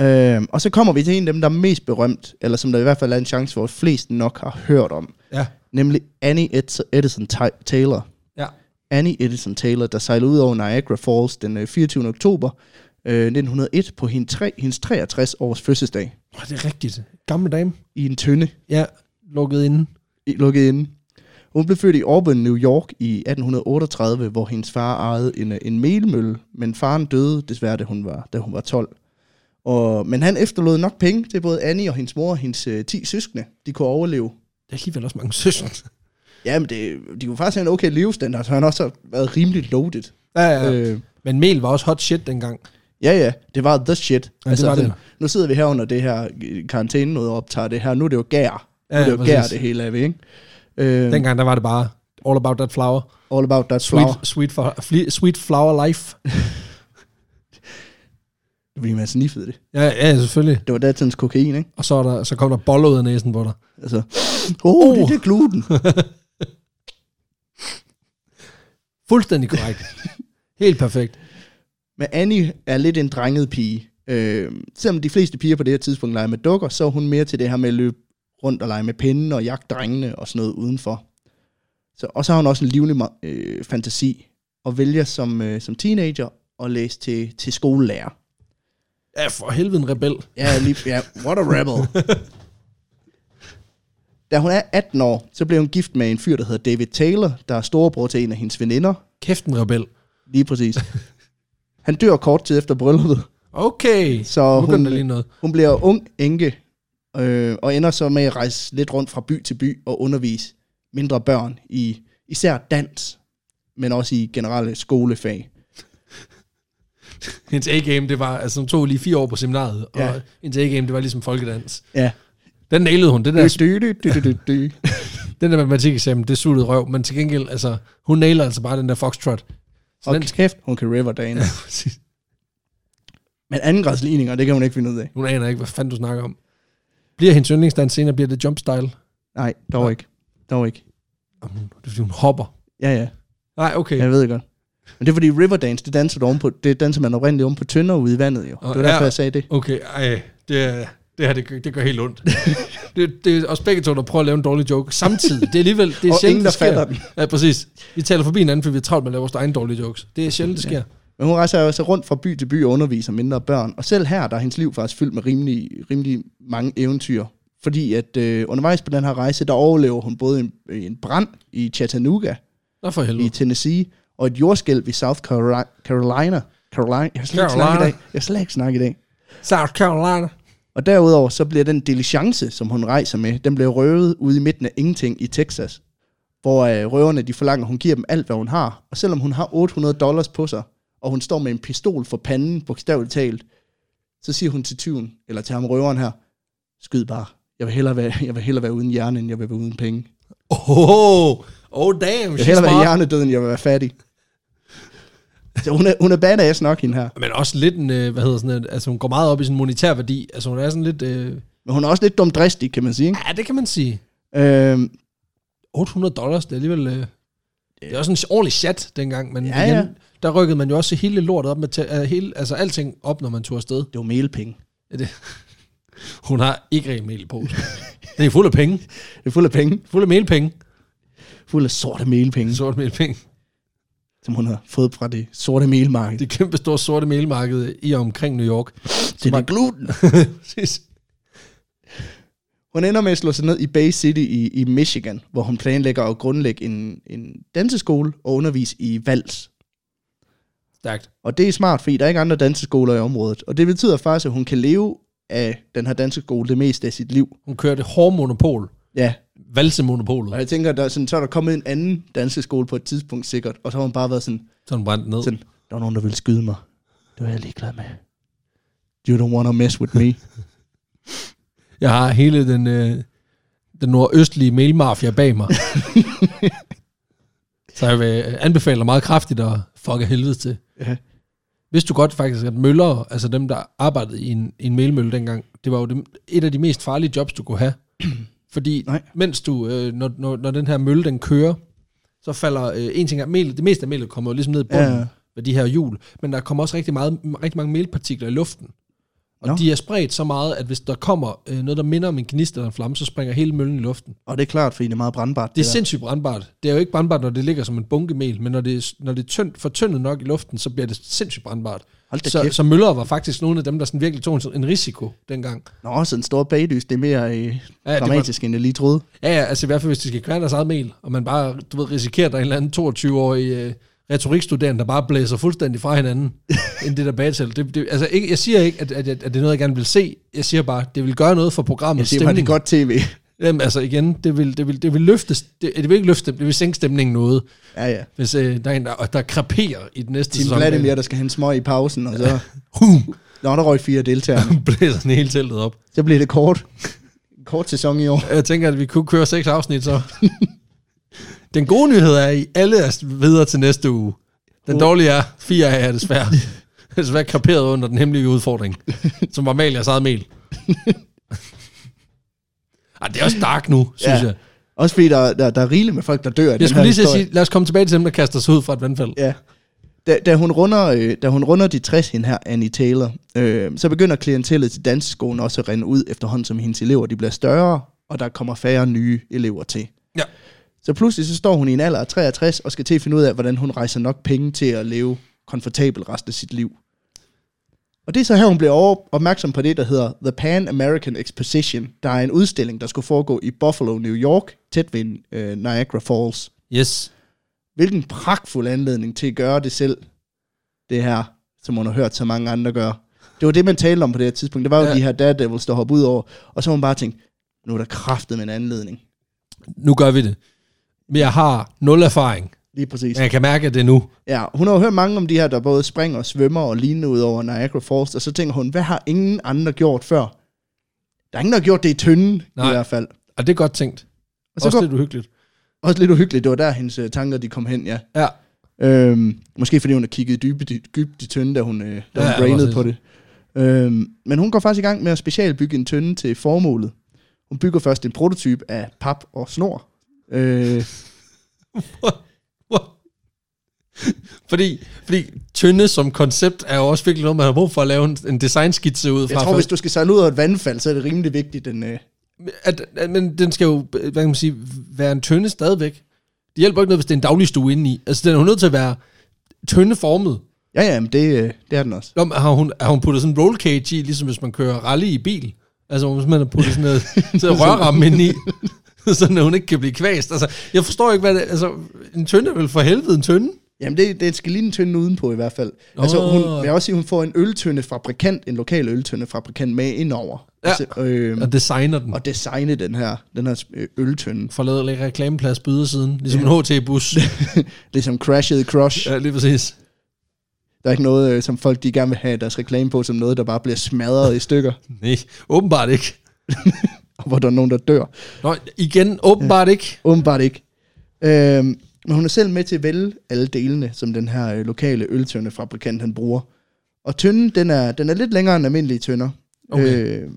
[SPEAKER 2] Øh, og så kommer vi til en af dem, der er mest berømt, eller som der i hvert fald er en chance for, at flest nok har hørt om.
[SPEAKER 1] Ja.
[SPEAKER 2] Nemlig Annie Ed- Edison Ta- Taylor.
[SPEAKER 1] Ja.
[SPEAKER 2] Annie Edison Taylor, der sejlede ud over Niagara Falls den øh, 24. oktober øh, 1901 på hendes, tre, hendes 63 års fødselsdag
[SPEAKER 1] Oh, det er rigtigt. Gamle dame.
[SPEAKER 2] i en tønde
[SPEAKER 1] Ja, lukket inde.
[SPEAKER 2] i- lukket inde. Hun blev født i Auburn, New York i 1838, hvor hendes far ejede en, øh, en melmølle, men faren døde desværre, da hun var, da hun var 12. Og, men han efterlod nok penge til både Annie og hendes mor og hendes øh, 10 søskende. De kunne overleve.
[SPEAKER 1] Der er alligevel også mange søsken.
[SPEAKER 2] Jamen, det, de kunne faktisk have en okay levestandard, så han også har været rimelig loaded.
[SPEAKER 1] Ja, ja. Øh.
[SPEAKER 2] Øh,
[SPEAKER 1] Men mel var også hot shit dengang.
[SPEAKER 2] ja, ja, det var the shit. Altså,
[SPEAKER 1] Ja, det var det.
[SPEAKER 2] Nu sidder vi her under det her øh, karantæne noget og optager det her. Nu er det jo gær. Nu er
[SPEAKER 1] Ja,
[SPEAKER 2] det jo gær,
[SPEAKER 1] præcis.
[SPEAKER 2] det hele af, ikke? Øh,
[SPEAKER 1] Dengang der var det bare all about that flower.
[SPEAKER 2] all about that
[SPEAKER 1] Sweet,
[SPEAKER 2] flower.
[SPEAKER 1] sweet, for, fli, sweet flower life.
[SPEAKER 2] Fordi man sniffede det.
[SPEAKER 1] Ja, ja, selvfølgelig.
[SPEAKER 2] Det var datidens kokain, ikke?
[SPEAKER 1] Og så, er der, så kom der boller ud af næsen på dig.
[SPEAKER 2] Altså, oh, oh.
[SPEAKER 1] Oh.
[SPEAKER 2] det, det er gluten.
[SPEAKER 1] Fuldstændig korrekt. Helt perfekt.
[SPEAKER 2] Men Annie er lidt en drenget pige. Øh, selvom de fleste piger på det her tidspunkt leger med dukker, så er hun mere til det her med at løbe rundt og lege med pinden og jagte drengene og sådan noget udenfor. Så, og så har hun også en livlig ma- øh, fantasi og vælger som, øh, som teenager at læse til, til skolelærer.
[SPEAKER 1] Ja, for helvede en rebel.
[SPEAKER 2] Ja, lige, ja, what a rebel. da hun er 18 år, så bliver hun gift med en fyr, der hedder David Taylor, der er storebror til en af hendes veninder.
[SPEAKER 1] Kæft en rebel.
[SPEAKER 2] Lige præcis. Han dør kort tid efter brylluppet.
[SPEAKER 1] Okay,
[SPEAKER 2] Så
[SPEAKER 1] nu
[SPEAKER 2] hun-
[SPEAKER 1] hun... der lige noget.
[SPEAKER 2] Hun bliver ung enke, øh, og ender så med at rejse lidt rundt fra by til by og undervise mindre børn i især dans, men også i generelle skolefag.
[SPEAKER 1] Hendes A-game, det var, altså hun tog lige fire år på seminariet, og
[SPEAKER 2] Ja.
[SPEAKER 1] hendes A-game, det var ligesom folkedans.
[SPEAKER 2] Ja.
[SPEAKER 1] Den nailede hun, den der,
[SPEAKER 2] Dy, dy, dy, dy, dy, dy.
[SPEAKER 1] den der matematikeksamen, det suttede røv, men til gengæld, altså, hun nailede altså bare den der foxtrot. Så
[SPEAKER 2] Og
[SPEAKER 1] den,
[SPEAKER 2] kæft, hun kan river dagen.
[SPEAKER 1] præcis.
[SPEAKER 2] Men andengradsligninger, det kan hun ikke finde ud af.
[SPEAKER 1] hun aner ikke, hvad fanden du snakker om. Bliver hendes yndlingsdans senere, bliver det jumpstyle?
[SPEAKER 2] Nej, dog ikke. Dog ikke.
[SPEAKER 1] Det er fordi, hun hopper.
[SPEAKER 2] Ja, ja.
[SPEAKER 1] Nej, okay.
[SPEAKER 2] Ja, Jeg ved det godt. Men det er fordi Riverdance, det danser, du ovenpå, det danser man oprindeligt oven på tønder ude i vandet jo.
[SPEAKER 1] Og
[SPEAKER 2] det var derfor,
[SPEAKER 1] er-
[SPEAKER 2] jeg sagde det.
[SPEAKER 1] Okay, ej, det, er- det her, det, gør- det gør helt ondt. det, det er os begge to, der prøver at lave en dårlig joke samtidig. Det er alligevel, det er
[SPEAKER 2] Og
[SPEAKER 1] sjældent,
[SPEAKER 2] ingen, der
[SPEAKER 1] det sker.
[SPEAKER 2] fatter den.
[SPEAKER 1] Ja, præcis. Vi taler forbi hinanden, fordi vi er travlt med at lave vores egne dårlige jokes. Det er sjældent, det sker.
[SPEAKER 2] Men hun rejser jo altså rundt fra by til by og underviser mindre børn. Og selv her, der er hendes liv faktisk fyldt med rimelig, rimelig mange eventyr. Fordi at øh, undervejs på den her rejse, der overlever hun både en, øh, en brand i Chattanooga
[SPEAKER 1] Nå for
[SPEAKER 2] i
[SPEAKER 1] helvede.
[SPEAKER 2] Tennessee, og et jordskælv i South Carolina. Carolina. Carolina. Jeg har slet ikke snakket i
[SPEAKER 1] Carolina.
[SPEAKER 2] dag. Jeg har slet ikke snakket i dag.
[SPEAKER 1] South Carolina.
[SPEAKER 2] Og derudover, så bliver den diligence, som hun rejser med, den bliver røvet ude i midten af ingenting i Texas. Hvor øh, røverne, de forlanger, hun giver dem alt, hvad hun har. Og selvom hun har 800 dollars på sig, og hun står med en pistol for panden, bogstaveligt talt, så siger hun til tyven, eller til ham røveren her, skyd bare. Jeg vil hellere være, jeg vil hellere være uden hjerne, end jeg vil være uden penge.
[SPEAKER 1] Oh, oh damn,
[SPEAKER 2] Jeg vil
[SPEAKER 1] she's
[SPEAKER 2] hellere være
[SPEAKER 1] smart.
[SPEAKER 2] hjernedød, end jeg vil være fattig. Så hun er, hun er badass nok, hende her.
[SPEAKER 1] Men også lidt en, øh, hvad hedder sådan noget, altså hun går meget op i sin monetær værdi. Altså hun er sådan lidt, øh,
[SPEAKER 2] Men hun er også lidt dumdristig, kan man sige.
[SPEAKER 1] ja, det kan man sige.
[SPEAKER 2] Ikke? Øhm,
[SPEAKER 1] 800 dollars, det er alligevel... Øh, det er også en ordentlig chat dengang, men
[SPEAKER 2] Ja,
[SPEAKER 1] ja, igen,
[SPEAKER 2] ja.
[SPEAKER 1] ja. der rykkede man jo også hele lortet op med... T- uh, hele, altså alting op, når man tog afsted.
[SPEAKER 2] det var melepenge.
[SPEAKER 1] Ja, det. Hun har ikke rent mel i posen. det er fuld af penge.
[SPEAKER 2] Det er fuld af penge.
[SPEAKER 1] Fuld af melpenge.
[SPEAKER 2] Fuld af sorte melepenge.
[SPEAKER 1] Sorte melpenge.
[SPEAKER 2] som hun har fået fra det sorte melmarked. Det,
[SPEAKER 1] Det kæmpe store sorte melmarked i og omkring New York.
[SPEAKER 2] det er gluten.
[SPEAKER 1] Præcis.
[SPEAKER 2] Hun ender med at slå sig ned i Bay City i, i Michigan, hvor hun planlægger at grundlægge en, en danseskole og undervise i vals.
[SPEAKER 1] Stærkt.
[SPEAKER 2] Og det er smart, fordi der er ikke andre danseskoler i området. Og det betyder faktisk, at hun kan leve af den her danseskole det meste af sit liv.
[SPEAKER 1] Hun kørte hård monopol.
[SPEAKER 2] Ja,
[SPEAKER 1] Valsemonopolet.
[SPEAKER 2] og jeg tænker, der, er sådan, så er der kommet en anden danseskole på et tidspunkt sikkert, og så har hun bare været sådan,
[SPEAKER 1] Så hun brændte ned.
[SPEAKER 2] sådan der var nogen, der ville skyde mig. Det var jeg ligeglad med. You don't wanna mess with me.
[SPEAKER 1] Jeg har hele den, øh, den nordøstlige mailmafia bag mig. så jeg vil øh, anbefale dig meget kraftigt at fuck af helvede til.
[SPEAKER 2] Ja.
[SPEAKER 1] Vidste du godt faktisk, at møller, altså dem, der arbejdede i en, i en mailmølle dengang, det var jo det, et af de mest farlige jobs, du kunne have. Fordi
[SPEAKER 2] Nej.
[SPEAKER 1] Nej. mens du, øh, når, når, når den her mølle, den kører, så falder øh, en ting af melet, det meste af melet kommer jo ligesom ned i bunden
[SPEAKER 2] Ja.
[SPEAKER 1] ja. med de her hjul, men der kommer også rigtig, meget, rigtig mange melpartikler i luften. Og
[SPEAKER 2] Nå.
[SPEAKER 1] no. de er spredt så meget, at hvis der kommer øh, noget, der minder om en gnist eller en flamme, så springer hele møllen i luften.
[SPEAKER 2] Og det er klart, fordi det er meget brandbart.
[SPEAKER 1] Det er
[SPEAKER 2] der.
[SPEAKER 1] sindssygt brandbart. Det er jo ikke brandbart, når det ligger som en bunkemel, men når det, er- når det er tyndt, for tyndet nok i luften, så bliver det sindssygt brandbart.
[SPEAKER 2] Hold da
[SPEAKER 1] Så,
[SPEAKER 2] kæft.
[SPEAKER 1] så møller var faktisk nogle af dem, der sådan virkelig tog en, en risiko dengang.
[SPEAKER 2] Nå, så den store baglys, det er mere øh, ja,
[SPEAKER 1] var-
[SPEAKER 2] dramatisk, end jeg lige troede.
[SPEAKER 1] Ja, ja, altså i hvert fald, hvis de skal kværne deres eget mel, og man bare, du ved, risikerer, at der er en eller anden 22-årig øh, retorikstuderende, der bare blæser fuldstændig fra hinanden, end det der bagtal. Det, det, altså, ikke, jeg siger ikke, at, at, at, at det er noget, jeg gerne vil se. Jeg siger bare, det vil gøre noget for
[SPEAKER 2] Jeg
[SPEAKER 1] programmets
[SPEAKER 2] siger bare, det
[SPEAKER 1] stemning.
[SPEAKER 2] er godt tv.
[SPEAKER 1] Jamen, altså igen, det vil, det vil, det vil løfte, det, det vil ikke løfte, det vil sænke stemningen noget,
[SPEAKER 2] Ja, ja.
[SPEAKER 1] hvis øh, der er en, der, der kraperer i den næste
[SPEAKER 2] Team
[SPEAKER 1] sæson.
[SPEAKER 2] Vladimir, der skal have en smøg i pausen, og så...
[SPEAKER 1] Hum,
[SPEAKER 2] Nå, der røg fire deltagere.
[SPEAKER 1] blæser den hele teltet op.
[SPEAKER 2] Så bliver det kort. En kort sæson i år.
[SPEAKER 1] Jeg tænker, at vi kunne køre seks afsnit så. den gode nyhed er, at I alle er videre til næste uge. Den dårlige er, fire af jer er desværre, desværre kraperet under den hemmelige udfordring, som var mal jeres eget mel. Ej, Ah, det er også dark nu, synes
[SPEAKER 2] Ja.
[SPEAKER 1] ja. jeg.
[SPEAKER 2] Også fordi der, der, der er rigeligt med folk, der dør af den
[SPEAKER 1] Jeg skulle
[SPEAKER 2] her
[SPEAKER 1] lige til at
[SPEAKER 2] historie.
[SPEAKER 1] sige, lad os komme tilbage til dem, der kaster sig ud fra et vandfald.
[SPEAKER 2] Ja. Da, da, hun runder, øh, da hun runder de 60, hende her, Annie Taylor, øh, så begynder klientellet til danseskolen også at rende ud efterhånden, som hendes elever de bliver større, og der kommer færre nye elever til.
[SPEAKER 1] Ja.
[SPEAKER 2] Så pludselig så står hun i en alder af 63 og skal til at finde ud af, hvordan hun rejser nok penge til at leve komfortabel resten af sit liv. Og det er så her, hun bliver over- opmærksom på det, der hedder The Pan American Exposition. Der er en udstilling, der skulle foregå i Buffalo, New York, tæt ved øh, Niagara Falls.
[SPEAKER 1] Yes.
[SPEAKER 2] Hvilken pragtfuld anledning til at gøre det selv, det her, som hun har hørt så mange andre gøre. Det var det, man talte om på det her tidspunkt. Det var jo
[SPEAKER 1] Ja.
[SPEAKER 2] ja. de her daredevils, der hoppede ud over. Og så har hun bare tænkt, nu er der kraftet med en anledning.
[SPEAKER 1] Nu gør vi det. Men jeg har nul erfaring,
[SPEAKER 2] Lige præcis.
[SPEAKER 1] men jeg kan mærke, at det er nu.
[SPEAKER 2] Ja, hun har jo hørt mange om de her, der både springer og svømmer og lignende ud over Niagara Falls, og så tænker hun, hvad har ingen andre gjort før? Der er ingen, der har gjort det i tynden, Nej.
[SPEAKER 1] Nej.
[SPEAKER 2] i hvert fald.
[SPEAKER 1] Og det er godt tænkt.
[SPEAKER 2] Og så
[SPEAKER 1] Også
[SPEAKER 2] også, går,
[SPEAKER 1] lidt uhyggeligt.
[SPEAKER 2] også lidt uhyggeligt, det var der, hendes øh, tanker de kom hen, ja.
[SPEAKER 1] Ja.
[SPEAKER 2] Øhm, måske fordi hun har kigget dybt, i- dybt i tynden, da hun, øh, da hun
[SPEAKER 1] Ja,
[SPEAKER 2] ja, brainede
[SPEAKER 1] præcis.
[SPEAKER 2] på det. Øhm, men hun går faktisk i gang med at specialbygge en tynde til formålet. Hun bygger først en prototype af pap og snor. Øh,
[SPEAKER 1] Fordi, fordi tynde som koncept er jo også virkelig noget, man har brug for at lave en, en designskitse ud fra.
[SPEAKER 2] jeg tror, hvis
[SPEAKER 1] først.
[SPEAKER 2] du skal sejle ud af et vandfald, så er det rimelig vigtigt, den... Øh,
[SPEAKER 1] at, at, men den skal jo, hvad kan man sige, være en tynde stadigvæk. Det hjælper ikke noget, hvis det er en dagligstue inde i. Altså, den er jo nødt til at være tyndeformet.
[SPEAKER 2] ja, ja, men det, øh, det er den også.
[SPEAKER 1] Nå, men Har hun, har hun puttet sådan en roll cage i, ligesom hvis man kører rally i bil? Altså, hvis man har puttet sådan noget, sådan en rørramme ind i, sådan at hun ikke kan blive kvæst. Altså, jeg forstår ikke, hvad det Altså, en tynde er vel for helvede en tynde?
[SPEAKER 2] Jamen, det, det skal lige en tynde udenpå i hvert fald. Oh. Altså,
[SPEAKER 1] Åh.
[SPEAKER 2] hun, jeg vil også sige, hun får en øltøndefabrikant, en lokal øltøndefabrikant med indover.
[SPEAKER 1] Ja.
[SPEAKER 2] Altså, øh,
[SPEAKER 1] Og designer den.
[SPEAKER 2] og designe den her, den her øh, øltønde.
[SPEAKER 1] Får lavet lidt reklameplads på ydersiden, ligesom en HT-bus.
[SPEAKER 2] Ligesom Crashed Crush.
[SPEAKER 1] ja, lige præcis.
[SPEAKER 2] Der er ikke noget, øh, som folk de gerne vil have deres reklame på, som noget, der bare bliver smadret i stykker,
[SPEAKER 1] Nej, åbenbart ikke.
[SPEAKER 2] og hvor der er nogen, der dør.
[SPEAKER 1] Nå, igen, åbenbart ikke.
[SPEAKER 2] Åbenbart ikke. Øh, men hun er selv med til at vælge alle delene, som den her øh, lokale øltøndefabrikant, han bruger. Og tønden, den er, den er lidt længere end almindelige tønder.
[SPEAKER 1] Okay.
[SPEAKER 2] Øh,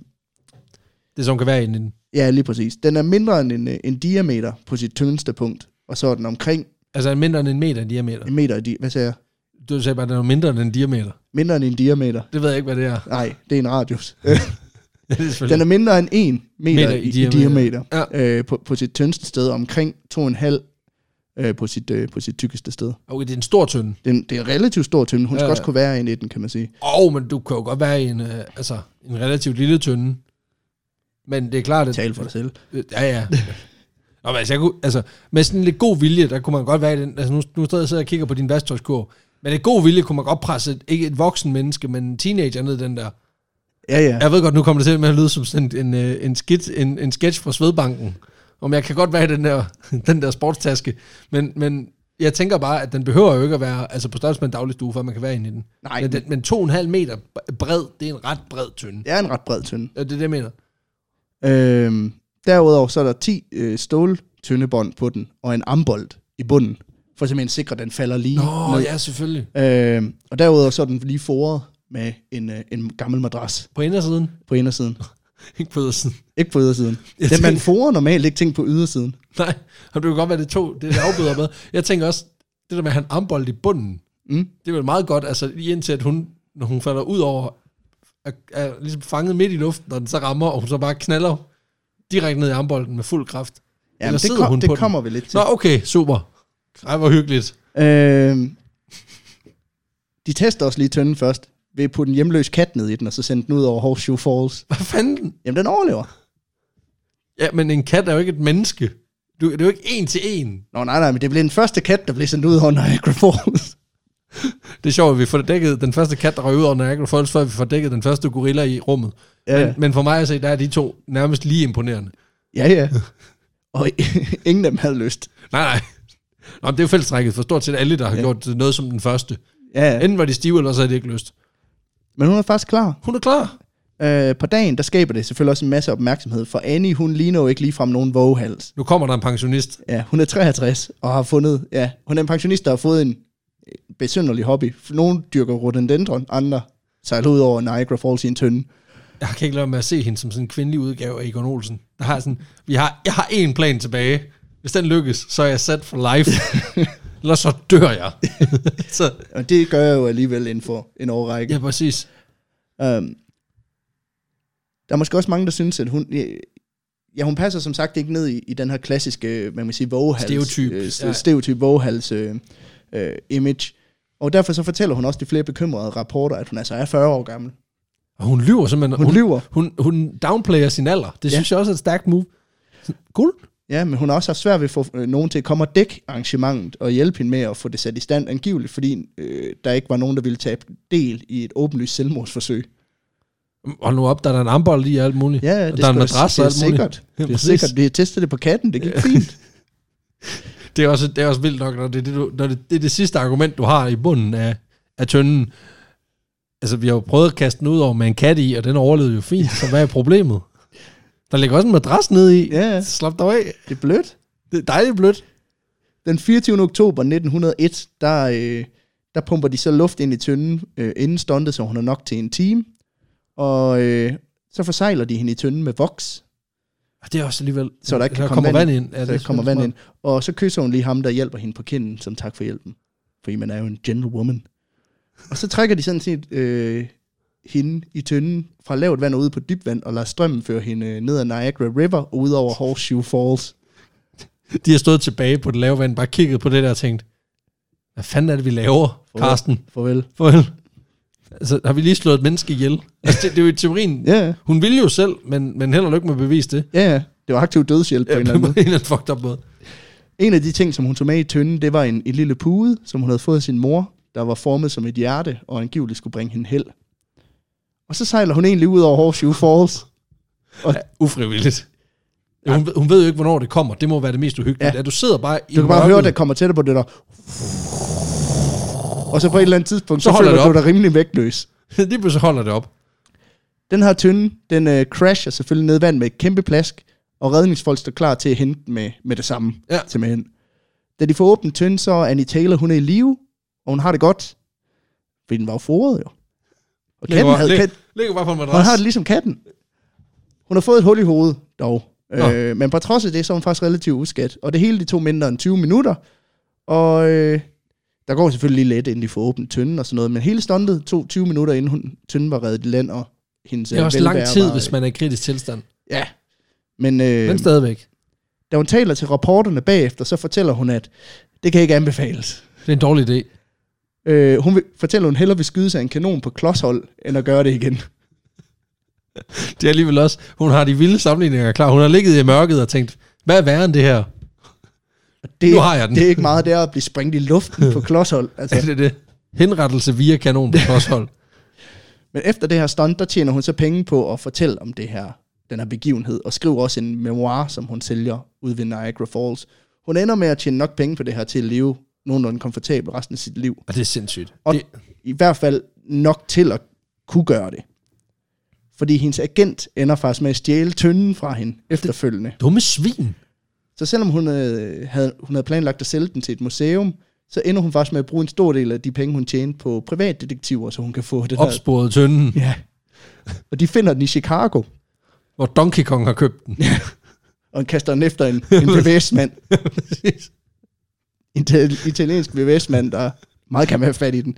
[SPEAKER 1] Det som kan være inden.
[SPEAKER 2] Ja, lige præcis. Den er mindre end en, øh, en diameter på sit tyndeste punkt, og så er den omkring
[SPEAKER 1] Altså er mindre end en meter i diameter.
[SPEAKER 2] en meter i di- Hvad sagde jeg?
[SPEAKER 1] Du sagde bare, at den er mindre end en diameter.
[SPEAKER 2] Mindre end en diameter.
[SPEAKER 1] Det ved jeg ikke, hvad det er.
[SPEAKER 2] Nej, det er en radius.
[SPEAKER 1] Ja, det er selvfølgelig-
[SPEAKER 2] den er mindre end en meter, meter i, i diameter,
[SPEAKER 1] Ja.
[SPEAKER 2] øh, på, på sit tyndeste sted, og omkring 2,5 øh, på, sit, øh, på sit tykkeste sted.
[SPEAKER 1] Okay, det er en stor tynde.
[SPEAKER 2] Den, det er en relativt stor tynde. Hun skal
[SPEAKER 1] Ja,
[SPEAKER 2] ja,
[SPEAKER 1] ja.
[SPEAKER 2] også kunne være i 19, kan man sige.
[SPEAKER 1] Åh, oh, men du kan jo godt være i en, øh, altså, en relativt lille tynde. Men det er klart, at...
[SPEAKER 2] Tal for dig selv.
[SPEAKER 1] Øh, Ja, ja. Nå, men altså, jeg kunne, altså, med sådan lidt god vilje, der kunne man godt være i den... Altså, nu, nu stadig sidder jeg og kigger på din vasktøjskurv. Men lidt god vilje kunne man godt presse, et, ikke et voksen menneske, men en teenager ned i den der.
[SPEAKER 2] Ja, ja.
[SPEAKER 1] Jeg ved godt, nu kommer det til med at lyde som sådan en, øh, en, skit, en, en sketch fra Svedbanken. Om jeg kan godt være i den der, den der sportstaske. Men, men jeg tænker bare, at den behøver jo ikke at være altså på størrelse med en dagligstue, for at man kan være inde i den.
[SPEAKER 2] Nej.
[SPEAKER 1] Men, den, men 2,5 meter bred, det er en ret bred tynde.
[SPEAKER 2] Det er en ret bred tynde.
[SPEAKER 1] Ja. Det er det, jeg mener.
[SPEAKER 2] Øhm, derudover så er der 10 øh, ståltyndebånd på den, og en ambolt i bunden, for simpelthen at sikre, at den falder lige
[SPEAKER 1] Åh,
[SPEAKER 2] ned.
[SPEAKER 1] oh, ja, selvfølgelig.
[SPEAKER 2] Øh, og derudover så er den lige foret med en, øh, en gammel madras
[SPEAKER 1] På indersiden.
[SPEAKER 2] på indersiden.
[SPEAKER 1] Ikke på ydersiden.
[SPEAKER 2] Ikke på ydersiden.
[SPEAKER 1] Jeg
[SPEAKER 2] Den man
[SPEAKER 1] tænker-
[SPEAKER 2] forer normalt ikke ting på ydersiden.
[SPEAKER 1] Nej, og det kan godt være, det er to, det er det afbøder med. Jeg tænker også, det der med at have en armbold i bunden,
[SPEAKER 2] Mm.
[SPEAKER 1] det er vel meget godt, altså lige indtil at hun, når hun falder ud over, er, er ligesom fanget midt i luften, og den så rammer, og hun så bare knaller direkte ned i armbolden med fuld kraft.
[SPEAKER 2] Ja,
[SPEAKER 1] Eller
[SPEAKER 2] det,
[SPEAKER 1] sidder hun
[SPEAKER 2] det
[SPEAKER 1] på den?
[SPEAKER 2] kommer vi lidt til.
[SPEAKER 1] Nå, okay, super. Ej, hvor hyggeligt.
[SPEAKER 2] Øh, de tester også lige tønden først ved at putte en hjemløs kat ned i den, og så sende den ud over Horseshoe Falls.
[SPEAKER 1] Hvad fanden?
[SPEAKER 2] Jamen, den overlever.
[SPEAKER 1] Ja, men en kat er jo ikke et menneske. Du, det er jo ikke en til en.
[SPEAKER 2] Nå, nej, nej, men det blev den første kat, der blev sendt ud over Niagara Falls.
[SPEAKER 1] Det er sjovt, at vi får dækket den første kat, der røg ud over Niagara Falls, før vi får dækket den første gorilla i rummet.
[SPEAKER 2] Ja.
[SPEAKER 1] Men, men for mig at se, der er de to nærmest lige imponerende.
[SPEAKER 2] Ja, ja. Og ingen af dem havde lyst.
[SPEAKER 1] Nej, nej. Nå, men det er jo fællestrækket for stort set alle, der har ja. gjort noget som den første.
[SPEAKER 2] Ja, ja.
[SPEAKER 1] Enten var de stive, eller så havde de ikke lyst.
[SPEAKER 2] Men hun er faktisk klar.
[SPEAKER 1] Hun er klar.
[SPEAKER 2] Øh, på dagen, der skaber det selvfølgelig også en masse opmærksomhed, for Annie, hun ligner jo ikke ligefrem nogen voghals.
[SPEAKER 1] Nu kommer der en pensionist.
[SPEAKER 2] Ja, hun er 53 og har fundet, ja, hun er en pensionist, der har fået en øh, besynderlig hobby. Nogle dyrker rhododendron, andre sejler ud over Niagara Falls i en tønde.
[SPEAKER 1] Jeg kan ikke lade være med at se hende som sådan en kvindelig udgave af Egon Olsen. Der har sådan, vi har, jeg har én plan tilbage. Hvis den lykkes, så er jeg sat for life. Ellers så dør jeg. så,
[SPEAKER 2] Og det gør jeg jo alligevel inden for en årrække.
[SPEAKER 1] ja, præcis.
[SPEAKER 2] Øhm, der er måske også mange, der synes, at hun... Ja, hun passer som sagt ikke ned i, i den her klassiske, man kan sige, våghals...
[SPEAKER 1] Stereotyp.
[SPEAKER 2] Øh, st-
[SPEAKER 1] Ja.
[SPEAKER 2] stereotyp våghals øh, øh, image. Og derfor så fortæller hun også de flere bekymrede rapporter, at hun altså er 40 år gammel.
[SPEAKER 1] Og hun lyver simpelthen.
[SPEAKER 2] Hun, hun lyver.
[SPEAKER 1] Hun, hun downplayer sin alder. Det ja.
[SPEAKER 2] Ja.
[SPEAKER 1] synes jeg også er et stærkt move. Sådan, Guld.
[SPEAKER 2] Ja, men hun har også haft svært ved at få øh, nogen til at komme og dække arrangementet og hjælpe hende med at få det sat i stand angiveligt, fordi øh, der ikke var nogen, der ville tage del i et åbenlyst selvmordsforsøg.
[SPEAKER 1] Og nu op, der er der en armbold i og alt muligt.
[SPEAKER 2] Ja, ja,
[SPEAKER 1] Og
[SPEAKER 2] det,
[SPEAKER 1] der er en
[SPEAKER 2] sgu da-
[SPEAKER 1] madras og
[SPEAKER 2] det er
[SPEAKER 1] alt muligt.
[SPEAKER 2] sikkert.
[SPEAKER 1] Ja,
[SPEAKER 2] Det er
[SPEAKER 1] præcis.
[SPEAKER 2] sikkert. Vi har testet det på katten, det gik fint.
[SPEAKER 1] Det er, også, det er også vildt nok, når det er det, du, når det, det, er det sidste argument, du har i bunden af, af tønden. Altså, vi har jo prøvet at kaste den ud over med en kat i, og den overlevede jo fint, så hvad er problemet? Der ligger også en madras nede i.
[SPEAKER 2] Ja, ja.
[SPEAKER 1] Slap dig af.
[SPEAKER 2] Det er blødt.
[SPEAKER 1] Det er dejligt blødt.
[SPEAKER 2] Den 24. oktober 1901, der, øh, der pumper de så luft ind i tønden, øh, inden stuntet, så hun er nok til en time. Og øh, så forsejler de hende i tønden med voks,
[SPEAKER 1] Og det er også alligevel...
[SPEAKER 2] så der ikke kan
[SPEAKER 1] kommer
[SPEAKER 2] komme
[SPEAKER 1] vand ind.
[SPEAKER 2] Ja,
[SPEAKER 1] det
[SPEAKER 2] der
[SPEAKER 1] er
[SPEAKER 2] kommer vand
[SPEAKER 1] selvfølgelig
[SPEAKER 2] ind. Og så kysser hun lige ham, der hjælper hende på kinden, som tak for hjælpen. Fordi man er jo en gentlewoman. Og så trækker de sådan set øh, hende i tønden fra lavt vand og ud på dybt vand, og lader strømmen føre hende øh, ned ad Niagara River og ud over Horseshoe Falls.
[SPEAKER 1] smart. De har stået tilbage på det lave vand, bare kigget på det der og tænkt, hvad fanden er det, vi laver,
[SPEAKER 2] Farvel.
[SPEAKER 1] Karsten?
[SPEAKER 2] Farvel.
[SPEAKER 1] Farvel. Altså, har vi lige slået et menneske ihjel? Altså, det, det er jo i teorien...
[SPEAKER 2] Ja,
[SPEAKER 1] Hun ville jo selv, men, men held og lykke med at bevise det.
[SPEAKER 2] ja, ja. Det var aktiv dødshjælp på ja, en
[SPEAKER 1] på
[SPEAKER 2] eller
[SPEAKER 1] en
[SPEAKER 2] anden måde.
[SPEAKER 1] eller anden fucked up måde.
[SPEAKER 2] En af de ting, som hun tog med i tønden, det var en, en lille pude, som hun havde fået af sin mor, der var formet som et hjerte, og angiveligt skulle bringe hende held. Og så sejler hun egentlig ud over Horseshoe Falls.
[SPEAKER 1] Ja, ufrivilligt. Ja, hun, ved- hun ved jo ikke, hvornår det kommer. Det må være det mest uhyggelige.
[SPEAKER 2] Ja.
[SPEAKER 1] Ja. Du sidder bare i
[SPEAKER 2] Du kan bare
[SPEAKER 1] mørket.
[SPEAKER 2] høre, der kommer tættere på det der. Og så på et eller andet tidspunkt, så,
[SPEAKER 1] Så
[SPEAKER 2] så
[SPEAKER 1] holder
[SPEAKER 2] føler
[SPEAKER 1] det
[SPEAKER 2] du dig rimelig vægtløs.
[SPEAKER 1] Lige pludselig holder det op.
[SPEAKER 2] Den her tynde, den øh, crasher selvfølgelig ned i vand med et kæmpe plask, og redningsfolk står klar til at hente den med, med det samme.
[SPEAKER 1] Ja.
[SPEAKER 2] Simpelthen. Da de får åbent tynden, så er Annie Taylor, hun er i live, og hun har det godt. Fordi den var jo foret, jo. Og katten
[SPEAKER 1] Ligger,
[SPEAKER 2] havde,
[SPEAKER 1] lig,
[SPEAKER 2] kat,
[SPEAKER 1] ligger bare på en
[SPEAKER 2] hun
[SPEAKER 1] madras.
[SPEAKER 2] har det ligesom katten. Hun har fået et hul i hovedet, dog.
[SPEAKER 1] Nå.
[SPEAKER 2] Øh, men på trods af det, så er hun faktisk relativt uskadt. Og det hele, det tog mindre end 20 minutter. Og øh, der går selvfølgelig lige lidt, inden de får åbent tynden og sådan noget. Men hele stuntet tog 20 minutter, inden hun, tynden var reddet i land, og hendes
[SPEAKER 1] det er
[SPEAKER 2] øh,
[SPEAKER 1] også lang
[SPEAKER 2] velvære
[SPEAKER 1] tid,
[SPEAKER 2] var,
[SPEAKER 1] hvis man er i kritisk tilstand.
[SPEAKER 2] Ja. Men, øh,
[SPEAKER 1] Men stadigvæk.
[SPEAKER 2] da hun taler til rapporterne bagefter, så fortæller hun, at det kan ikke anbefales.
[SPEAKER 1] Det er en dårlig idé.
[SPEAKER 2] Øh, hun vil, fortæller, at hun hellere vil skyde sig af en kanon på klodshold, end at gøre det igen.
[SPEAKER 1] Det er alligevel også... Hun har de vilde sammenligninger klar. Hun har ligget i mørket og tænkt, hvad er værre end det her?
[SPEAKER 2] Det,
[SPEAKER 1] Nu har jeg den.
[SPEAKER 2] Det er ikke meget, det er at blive sprængt i luften på klodshold. Altså,
[SPEAKER 1] Er det det? Henrettelse via kanon på kosthold.
[SPEAKER 2] Men efter det her stunt, der tjener hun så penge på at fortælle om det her, den her begivenhed, og skriver også en memoir, som hun sælger ud ved Niagara Falls. Hun ender med at tjene nok penge på det her til at leve nogenlunde komfortabelt resten af sit liv.
[SPEAKER 1] Og det er sindssygt.
[SPEAKER 2] Og
[SPEAKER 1] Det,
[SPEAKER 2] i hvert fald nok til at kunne gøre det. Fordi hendes agent ender faktisk med at stjæle tønden fra hende efterfølgende.
[SPEAKER 1] dumme svin.
[SPEAKER 2] Så selvom hun øh, havde, hun havde planlagt at sælge den til et museum, så ender hun faktisk med at bruge en stor del af de penge, hun tjente på privatdetektiver, så hun kan få det der.
[SPEAKER 1] Opsporet tønden,
[SPEAKER 2] Ja. Og de finder den i Chicago.
[SPEAKER 1] hvor Donkey Kong har købt den.
[SPEAKER 2] og han kaster den efter en, en VVS-mand. En ital- italiensk VVS-mand, der meget kan være fat i den.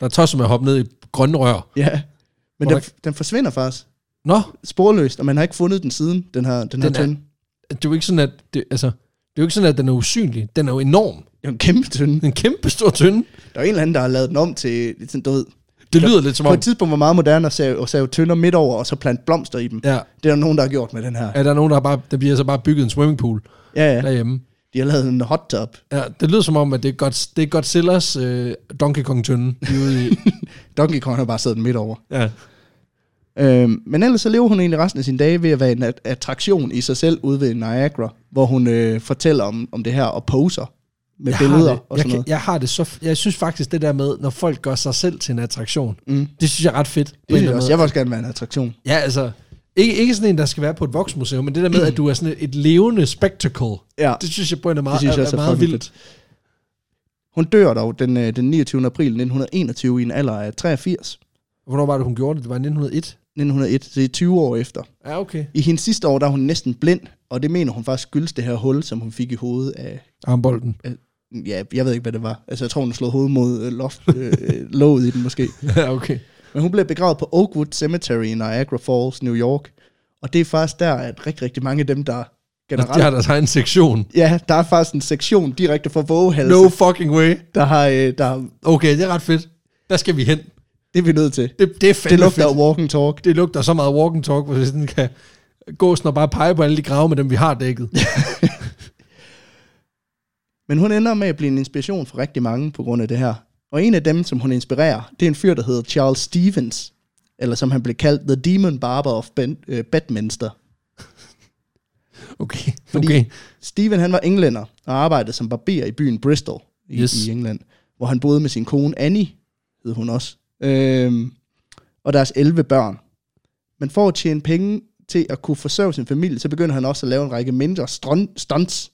[SPEAKER 1] Der er tosset med at hoppe ned i grønne rør.
[SPEAKER 2] Ja. Men
[SPEAKER 1] Hvor
[SPEAKER 2] den, den forsvinder faktisk
[SPEAKER 1] Nå,
[SPEAKER 2] sporløst, og man har ikke fundet den siden, den her, den her
[SPEAKER 1] Den er-
[SPEAKER 2] tønde.
[SPEAKER 1] det er jo ikke sådan, at... Det, altså, det er jo ikke sådan, at den er usynlig. Den er jo enorm.
[SPEAKER 2] Det er jo en kæmpe tønde.
[SPEAKER 1] En kæmpe stor tynde.
[SPEAKER 2] Der er en eller anden, der har lavet den om til, lidt sådan, du ved,
[SPEAKER 1] Det lyder lidt som
[SPEAKER 2] på
[SPEAKER 1] om...
[SPEAKER 2] et tidspunkt var meget moderne og save, og save tønder midt over, og så plante blomster i dem. Ja.
[SPEAKER 1] Ja,
[SPEAKER 2] Det er der nogen, der har gjort med den her.
[SPEAKER 1] er der nogen, der, har bare, der bliver så bare bygget en swimmingpool
[SPEAKER 2] Ja, ja.
[SPEAKER 1] derhjemme.
[SPEAKER 2] De har lavet en hot tub.
[SPEAKER 1] Ja, det lyder som om, at det er, godt, det er Godzillas øh, Donkey Kong-tønde. de er ude i.
[SPEAKER 2] Donkey Kong har bare siddet midt over.
[SPEAKER 1] ja.
[SPEAKER 2] Øhm, men ellers så lever hun egentlig resten af sine dage ved at være en at- attraktion i sig selv ude ved Niagara, hvor hun øh, fortæller om, om det her og poser med
[SPEAKER 1] jeg
[SPEAKER 2] billeder
[SPEAKER 1] har det.
[SPEAKER 2] og
[SPEAKER 1] jeg,
[SPEAKER 2] sådan
[SPEAKER 1] kan,
[SPEAKER 2] noget.
[SPEAKER 1] jeg har det så... f- Jeg synes faktisk, det der med, når folk gør sig selv til en attraktion,
[SPEAKER 2] Mm.
[SPEAKER 1] det synes jeg er ret fedt. på en
[SPEAKER 2] Det
[SPEAKER 1] eller
[SPEAKER 2] er
[SPEAKER 1] anden
[SPEAKER 2] også,
[SPEAKER 1] måde.
[SPEAKER 2] jeg vil også gerne være en attraktion.
[SPEAKER 1] Ja, altså, ikke, ikke sådan en, der skal være på et voksmuseum, men det der med,
[SPEAKER 2] Mm.
[SPEAKER 1] at du er sådan et, et levende spectacle,
[SPEAKER 2] Ja.
[SPEAKER 1] det synes jeg på en eller anden måde
[SPEAKER 2] Det synes jeg
[SPEAKER 1] er,
[SPEAKER 2] også
[SPEAKER 1] er
[SPEAKER 2] er
[SPEAKER 1] meget
[SPEAKER 2] fucking
[SPEAKER 1] vildt.
[SPEAKER 2] Hun dør dog den, øh, den 29. april 1921 i en alder af 83.
[SPEAKER 1] Hvornår var det, hun gjorde det? Det var i 1901?
[SPEAKER 2] 1901, så det er 20 år efter.
[SPEAKER 1] Ja, okay.
[SPEAKER 2] I hendes sidste år, der er hun næsten blind, og det mener hun faktisk skyldes det her hul, som hun fik i hovedet af...
[SPEAKER 1] Armbolden.
[SPEAKER 2] Ja, jeg ved ikke, hvad det var. Altså, jeg tror, hun slog hovedet mod øh, loft, øh, øh, låget i den måske.
[SPEAKER 1] ja, okay.
[SPEAKER 2] Men hun blev begravet på Oakwood Cemetery i Niagara Falls, New York. Og det er faktisk der, at rigtig, rigtig mange af dem, der
[SPEAKER 1] Altså, De har
[SPEAKER 2] generelt...
[SPEAKER 1] deres egen sektion.
[SPEAKER 2] Ja, der er faktisk en sektion direkte fra Vågehalsen,
[SPEAKER 1] No
[SPEAKER 2] no.
[SPEAKER 1] fucking way.
[SPEAKER 2] der har... Øh, der,
[SPEAKER 1] Okay, det er ret fedt. Der skal vi hen.
[SPEAKER 2] det er vi nødt til.
[SPEAKER 1] Det, det er fandme
[SPEAKER 2] Det lugter af
[SPEAKER 1] fedt.
[SPEAKER 2] walk and talk.
[SPEAKER 1] Det lugter så meget walk and talk, hvor vi sådan kan gå sådan og bare pege på alle de grave med dem, vi har dækket.
[SPEAKER 2] Men hun ender med at blive en inspiration for rigtig mange på grund af det her. Og en af dem, som hun inspirerer, det er en fyr, der hedder Charles Stevens. Eller som han blev kaldt, The Demon Barber of ben, øh, Bedminster.
[SPEAKER 1] Okay,
[SPEAKER 2] Fordi-
[SPEAKER 1] okay.
[SPEAKER 2] Steven han var englænder og arbejdede som barber i byen Bristol i,
[SPEAKER 1] Yes.
[SPEAKER 2] yes. i England, hvor han boede med sin kone Annie, hed hun også, øhm, og deres 11 børn. Men for at tjene penge til at kunne forsørge sin familie, så begynder han også at lave en række mindre strun- stunts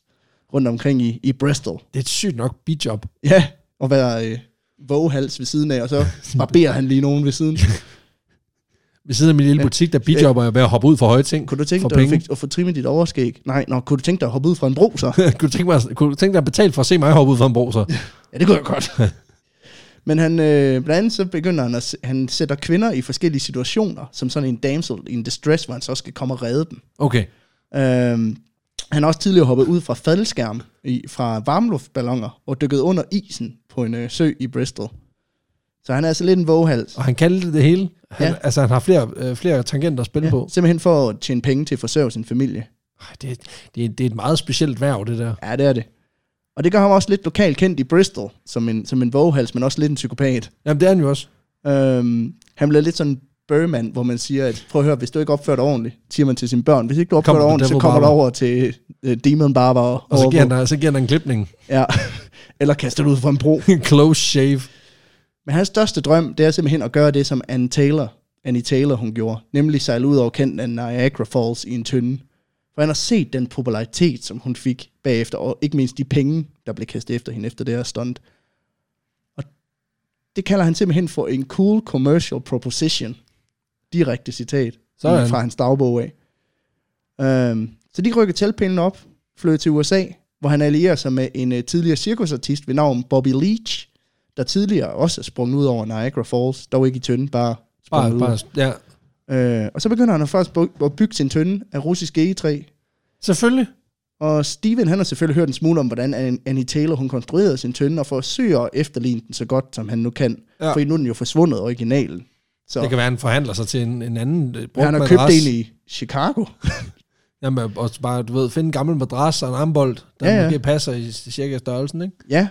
[SPEAKER 2] rundt omkring i, i Bristol.
[SPEAKER 1] Det er et sygt nok bijob.
[SPEAKER 2] Ja, og være øh, våghals ved siden af, og så barberer han lige nogen ved siden.
[SPEAKER 1] Ved siden af min lille butik, der bijobber jeg ved at hoppe ud for høje ting.
[SPEAKER 2] Kunne du tænke
[SPEAKER 1] for
[SPEAKER 2] dig at,
[SPEAKER 1] penge.
[SPEAKER 2] fik, at få trimmet dit overskæg? Nej, nå, kunne du tænke dig at hoppe ud fra en bro så?
[SPEAKER 1] kunne, du tænke mig, kunne du tænke dig at betale for at se mig hoppe ud fra en bro, så?
[SPEAKER 2] Ja, det kunne jeg godt. Men han, øh, blandt andet så begynder han at s- han sætter kvinder i forskellige situationer, som sådan en damsel i en distress, hvor han så skal komme og redde dem.
[SPEAKER 1] Okay.
[SPEAKER 2] Øhm, han har også tidligere hoppet ud fra faldskærm i, fra varmluftballoner og dykket under isen på en øh, sø i Bristol. Så han er altså lidt en våghals.
[SPEAKER 1] Og han kaldte det det hele. Han, ja.
[SPEAKER 2] Ja.
[SPEAKER 1] Altså, han har flere, øh, flere tangenter at spille ja. på.
[SPEAKER 2] Simpelthen for at tjene penge til at forsørge sin familie.
[SPEAKER 1] Ej, Det, det, det er et meget specielt værv, det der.
[SPEAKER 2] Ja, det er det. Og det gør ham også lidt lokalt kendt i Bristol, som en, som en våghals, men også lidt en psykopat.
[SPEAKER 1] Jamen, det er han jo også.
[SPEAKER 2] Øhm, han bliver lidt sådan en Burman, hvor man siger, at prøv at høre, hvis du ikke opfører dig ordentligt, siger man til sine børn, hvis ikke du opfører
[SPEAKER 1] Kommer
[SPEAKER 2] dig
[SPEAKER 1] den
[SPEAKER 2] ordentligt,
[SPEAKER 1] Devil
[SPEAKER 2] så kommer du
[SPEAKER 1] Barber.
[SPEAKER 2] over til uh, Demon Barber.
[SPEAKER 1] Og så giver, han, dig- så giver han dig en klipning.
[SPEAKER 2] Ja, eller kaster dig ud fra en bro.
[SPEAKER 1] Close shave.
[SPEAKER 2] Men hans største drøm, det er simpelthen at gøre det, som Anne Taylor, Annie Taylor, hun gjorde, nemlig sejle ud over kanten af Niagara Falls i en tynde. For han har set den popularitet, som hun fik bagefter, og ikke mindst de penge, der blev kastet efter hende efter det her stunt. Og det kalder han simpelthen for en cool commercial proposition. Direkte citat
[SPEAKER 1] Sådan.
[SPEAKER 2] Sådan. fra hans dagbog af. Øhm, så de rykker teltpinden op, flytter til USA, hvor han allierer sig med en øh, tidligere cirkusartist ved navn Bobby Leach, der tidligere også er sprunget ud over Niagara Falls, dog ikke i tønden, bare
[SPEAKER 1] Bare,
[SPEAKER 2] sprunget
[SPEAKER 1] bare, ja.
[SPEAKER 2] ud. Øh, og så begynder han at først bu- at bygge sin tønde af russisk egetræ,
[SPEAKER 1] Selvfølgelig.
[SPEAKER 2] og Steven han har selvfølgelig hørt en smule om, hvordan An- Annie Taylor hun konstruerede sin tønde, og forsøger at efterligne den så godt, som han nu kan.
[SPEAKER 1] Ja.
[SPEAKER 2] Ja. For nu er den jo forsvundet, originalen. Så
[SPEAKER 1] Det kan være, han forhandler sig til en, en anden øh, brugt
[SPEAKER 2] han har
[SPEAKER 1] madras.
[SPEAKER 2] købt en i Chicago.
[SPEAKER 1] Jamen, øh, og bare, du ved, finde en gammel madras og en armbold, der ja,
[SPEAKER 2] Ja,
[SPEAKER 1] ja.
[SPEAKER 2] ja.
[SPEAKER 1] måske passer i cirka størrelsen, ikke?
[SPEAKER 2] Ja,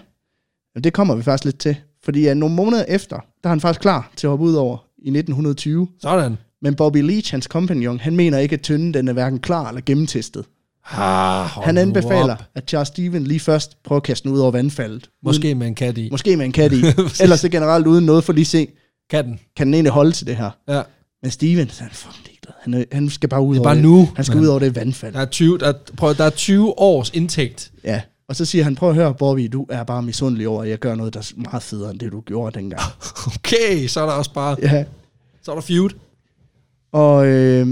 [SPEAKER 2] Jamen, det kommer vi faktisk lidt til. Fordi ja, nogle måneder efter, der er han faktisk klar til at hoppe ud over i 1920.
[SPEAKER 1] Sådan.
[SPEAKER 2] Men Bobby Leach, hans kompagnon, han mener ikke, at tønden den er hverken klar eller gennemtestet.
[SPEAKER 1] Ah, hold
[SPEAKER 2] Han
[SPEAKER 1] nu
[SPEAKER 2] anbefaler,
[SPEAKER 1] op.
[SPEAKER 2] at Charles Steven lige først prøver at kaste den ud over vandfaldet. Uden,
[SPEAKER 1] Måske med en kat i.
[SPEAKER 2] måske med en kat i.
[SPEAKER 1] Præcis.
[SPEAKER 2] Ellers så generelt uden noget for lige at se,
[SPEAKER 1] Katten.
[SPEAKER 2] kan den egentlig holde til det her?
[SPEAKER 1] Ja.
[SPEAKER 2] Men Steven, så er han fucking ligeglad. Han, er- han skal bare ud
[SPEAKER 1] Det er
[SPEAKER 2] over
[SPEAKER 1] bare
[SPEAKER 2] det.
[SPEAKER 1] nu,
[SPEAKER 2] Han skal
[SPEAKER 1] mand.
[SPEAKER 2] ud over det vandfald.
[SPEAKER 1] Der er 20, der, prøv, der er 20 års indtægt.
[SPEAKER 2] Ja. Og så siger han, prøv at høre, Bobby, du er bare misundelig over, at jeg gør noget, der er meget federe end det, du gjorde dengang.
[SPEAKER 1] Okay, så er der også bare,
[SPEAKER 2] ja.
[SPEAKER 1] så er der feud.
[SPEAKER 2] Og øh,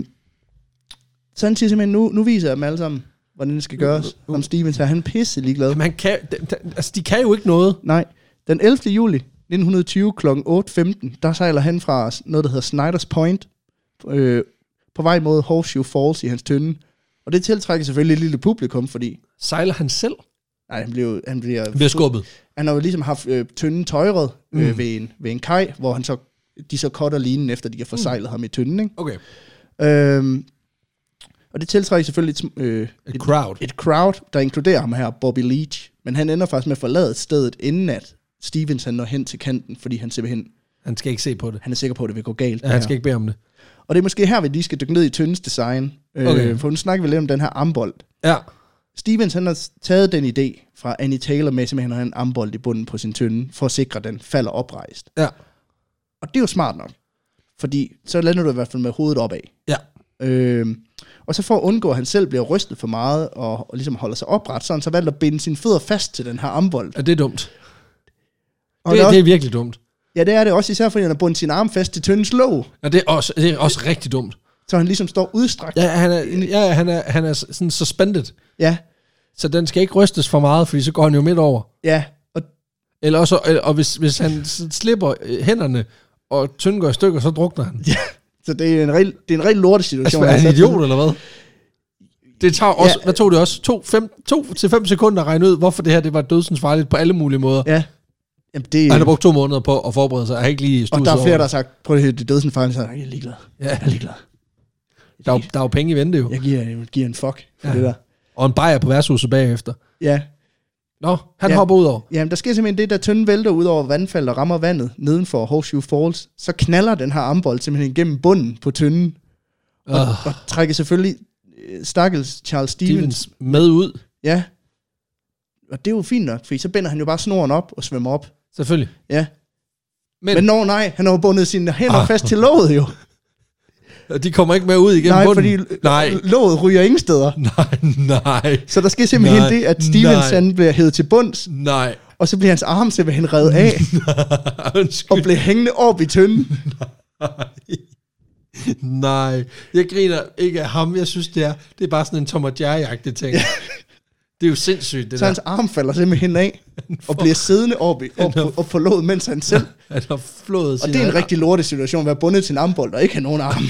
[SPEAKER 2] så han siger simpelthen, nu, nu viser jeg dem alle sammen, hvordan det skal gøres.
[SPEAKER 1] uh.
[SPEAKER 2] Om Steven, så er han pisse ligeglad.
[SPEAKER 1] Jamen, han kan, de, de, altså, de kan jo ikke noget.
[SPEAKER 2] Nej. Den 11. juli 1920 kl. 8.15, der sejler han fra noget, der hedder Snyder's Point, øh, på vej mod Horseshoe Falls i hans tynde. Og det tiltrækker selvfølgelig et lille publikum, fordi
[SPEAKER 1] Sejler han selv?
[SPEAKER 2] nej, han bliver, han bliver,
[SPEAKER 1] Han bliver skubbet.
[SPEAKER 2] han har jo ligesom haft øh, tynden tøjret øh, ved, en, ved en kaj, hvor han så, de så cutter linen, efter de har forsejlet mm. ham i tynden. Ikke?
[SPEAKER 1] Okay.
[SPEAKER 2] Øhm, og det tiltrækker selvfølgelig et, sm- øh,
[SPEAKER 1] A crowd.
[SPEAKER 2] et crowd, der inkluderer ham her, Bobby Leach. Men han ender faktisk med at forlade stedet, inden at Stevens han når hen til kanten, fordi han simpelthen
[SPEAKER 1] Han skal ikke se på det.
[SPEAKER 2] han er sikker på, at det vil gå galt.
[SPEAKER 1] Ja,
[SPEAKER 2] det
[SPEAKER 1] han
[SPEAKER 2] her.
[SPEAKER 1] skal ikke bede om det.
[SPEAKER 2] Og det er måske her, vi lige skal dykke ned i Tøndes design.
[SPEAKER 1] Okay.
[SPEAKER 2] Øh, for nu snakker vi lidt om den her armbold.
[SPEAKER 1] Ja.
[SPEAKER 2] Stevens han har taget den idé fra Annie Taylor med, simpelthen at han har en armbold i bunden på sin tønde, for at sikre, at den falder oprejst.
[SPEAKER 1] Ja.
[SPEAKER 2] Og det er jo smart nok, fordi så lander du i hvert fald med hovedet opad.
[SPEAKER 1] Ja.
[SPEAKER 2] Øhm, og så for at undgå, at han selv bliver rystet for meget, og, og ligesom holder sig opret, så har han så valgt at binde sine fødder fast til den her armbold.
[SPEAKER 1] ja, det er dumt.
[SPEAKER 2] Og
[SPEAKER 1] det,
[SPEAKER 2] er også,
[SPEAKER 1] det er virkelig dumt.
[SPEAKER 2] Ja, det er det også, især fordi han har bundet sin arm fast til tyndens låg,
[SPEAKER 1] Ja, det er også, det er også rigtig dumt.
[SPEAKER 2] så han ligesom står udstrakt.
[SPEAKER 1] Ja, han er, ja, han er, han er sådan suspended,
[SPEAKER 2] ja,
[SPEAKER 1] så den skal ikke rystes for meget, fordi så går han jo midt over.
[SPEAKER 2] ja. Og
[SPEAKER 1] Eller også, eller- og hvis, hvis han s- slipper øh, hænderne, og tynden går i stykker, så drukner han. Ja,
[SPEAKER 2] Så det er en rigtig, det er en rigtig lorte situation.
[SPEAKER 1] altså, er han idiot, eller hvad? Det tager også, ja,
[SPEAKER 2] Ja.
[SPEAKER 1] hvad tog det også? To, fem, to til fem sekunder at regne ud, hvorfor det her det var dødsensfarligt på alle mulige måder. Ja.
[SPEAKER 2] Ja. Jamen, det er,
[SPEAKER 1] Han har brugt to måneder på at forberede sig, og har ikke lige
[SPEAKER 2] og
[SPEAKER 1] studset
[SPEAKER 2] der er flere,
[SPEAKER 1] over
[SPEAKER 2] der har
[SPEAKER 1] det.
[SPEAKER 2] sagt, prøv at høre, det er dødsen fejl, så er jeg "Jeg er ligeglad.
[SPEAKER 1] Ja.
[SPEAKER 2] Jeg er ligeglad.
[SPEAKER 1] Der, er jo- der er jo penge i vente jo. Ja.
[SPEAKER 2] Jeg giver, jeg giver en fuck for
[SPEAKER 1] Ja.
[SPEAKER 2] ja. det der.
[SPEAKER 1] Og en bajer på værtshuset bagefter.
[SPEAKER 2] Ja.
[SPEAKER 1] Nå, han ja.
[SPEAKER 2] Ja.
[SPEAKER 1] hopper ud over.
[SPEAKER 2] Jamen, der sker simpelthen det, der tynden vælter ud over vandfald og rammer vandet nedenfor Horseshoe Falls, så knaller den her armbold simpelthen igennem bunden på tynden, og,
[SPEAKER 1] Uh,
[SPEAKER 2] og trækker selvfølgelig øh, stakkels Charles Stevens. Stevens.
[SPEAKER 1] Stevens med ud.
[SPEAKER 2] Ja. Og det er jo fint nok, for så binder han jo bare snoren op og svømmer op.
[SPEAKER 1] Selvfølgelig.
[SPEAKER 2] Ja.
[SPEAKER 1] Men-
[SPEAKER 2] Men, Men når nej, han har jo bundet sine hænder
[SPEAKER 1] Ah.
[SPEAKER 2] ah. fast til låget jo.
[SPEAKER 1] Og De kommer ikke med ud igennem
[SPEAKER 2] Nej,
[SPEAKER 1] bunden.
[SPEAKER 2] fordi
[SPEAKER 1] Nej,
[SPEAKER 2] låget ryger ingen steder.
[SPEAKER 1] nej, nej,
[SPEAKER 2] Så der sker simpelthen
[SPEAKER 1] Nej,
[SPEAKER 2] nej, det, at Stevens
[SPEAKER 1] nej.
[SPEAKER 2] han bliver hævet til bunds,
[SPEAKER 1] nej.
[SPEAKER 2] og så bliver hans arm simpelthen revet af, og
[SPEAKER 1] Undskyld.
[SPEAKER 2] bliver hængende op i tynden.
[SPEAKER 1] Nej, jeg griner ikke af ham. Jeg synes, det er, det er bare sådan en Tom og Jerry-agtig ting. det er jo sindssygt, det
[SPEAKER 2] Så
[SPEAKER 1] der.
[SPEAKER 2] hans arm falder simpelthen af, og bliver siddende op, i, op, på, op på låget, mens han selv...
[SPEAKER 1] Han har flået
[SPEAKER 2] Og det er en rigtig lortet situation, at være bundet til en armbold og ikke have nogen arm.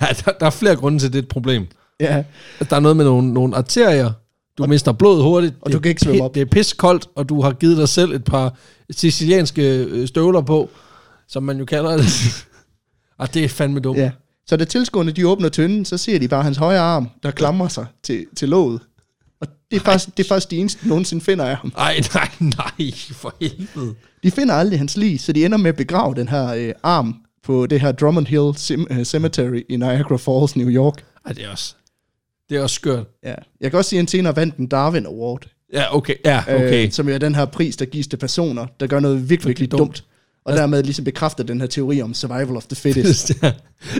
[SPEAKER 1] Ja, der, der, er flere grunde til, at det er et problem.
[SPEAKER 2] Ja,
[SPEAKER 1] Altså, Der er noget med nogle, nogle arterier. Du og, mister blod hurtigt.
[SPEAKER 2] og
[SPEAKER 1] det
[SPEAKER 2] du kan ikke
[SPEAKER 1] er
[SPEAKER 2] svømme
[SPEAKER 1] pi-
[SPEAKER 2] op.
[SPEAKER 1] Det er pissekoldt, og du har givet dig selv et par sicilianske øh, støvler på, som man jo kalder det. og det er fandme dumt.
[SPEAKER 2] ja. Så da tilskuerne de åbner tynden, så ser de bare hans højre arm, der klamrer sig til, til låget. Og det er, faktisk, det er faktisk de eneste, de nogensinde finder af ham.
[SPEAKER 1] Ej, nej, nej, for helvede.
[SPEAKER 2] De finder aldrig hans lig, så de ender med at begrave den her øh, arm på det her Drummond Hill Cem- øh, Cemetery i Niagara Falls, New York.
[SPEAKER 1] Ej, det er også, det er også skørt.
[SPEAKER 2] Ja. Jeg kan også sige, at han senere vandt den Darwin Award,
[SPEAKER 1] Ja, okay, ja, okay.
[SPEAKER 2] øh, som jo er den her pris, der gives til personer, der gør noget virkelig, virkelig
[SPEAKER 1] dumt.
[SPEAKER 2] dumt. dumt. Og dermed ligesom bekræfter den her teori om survival of the fittest.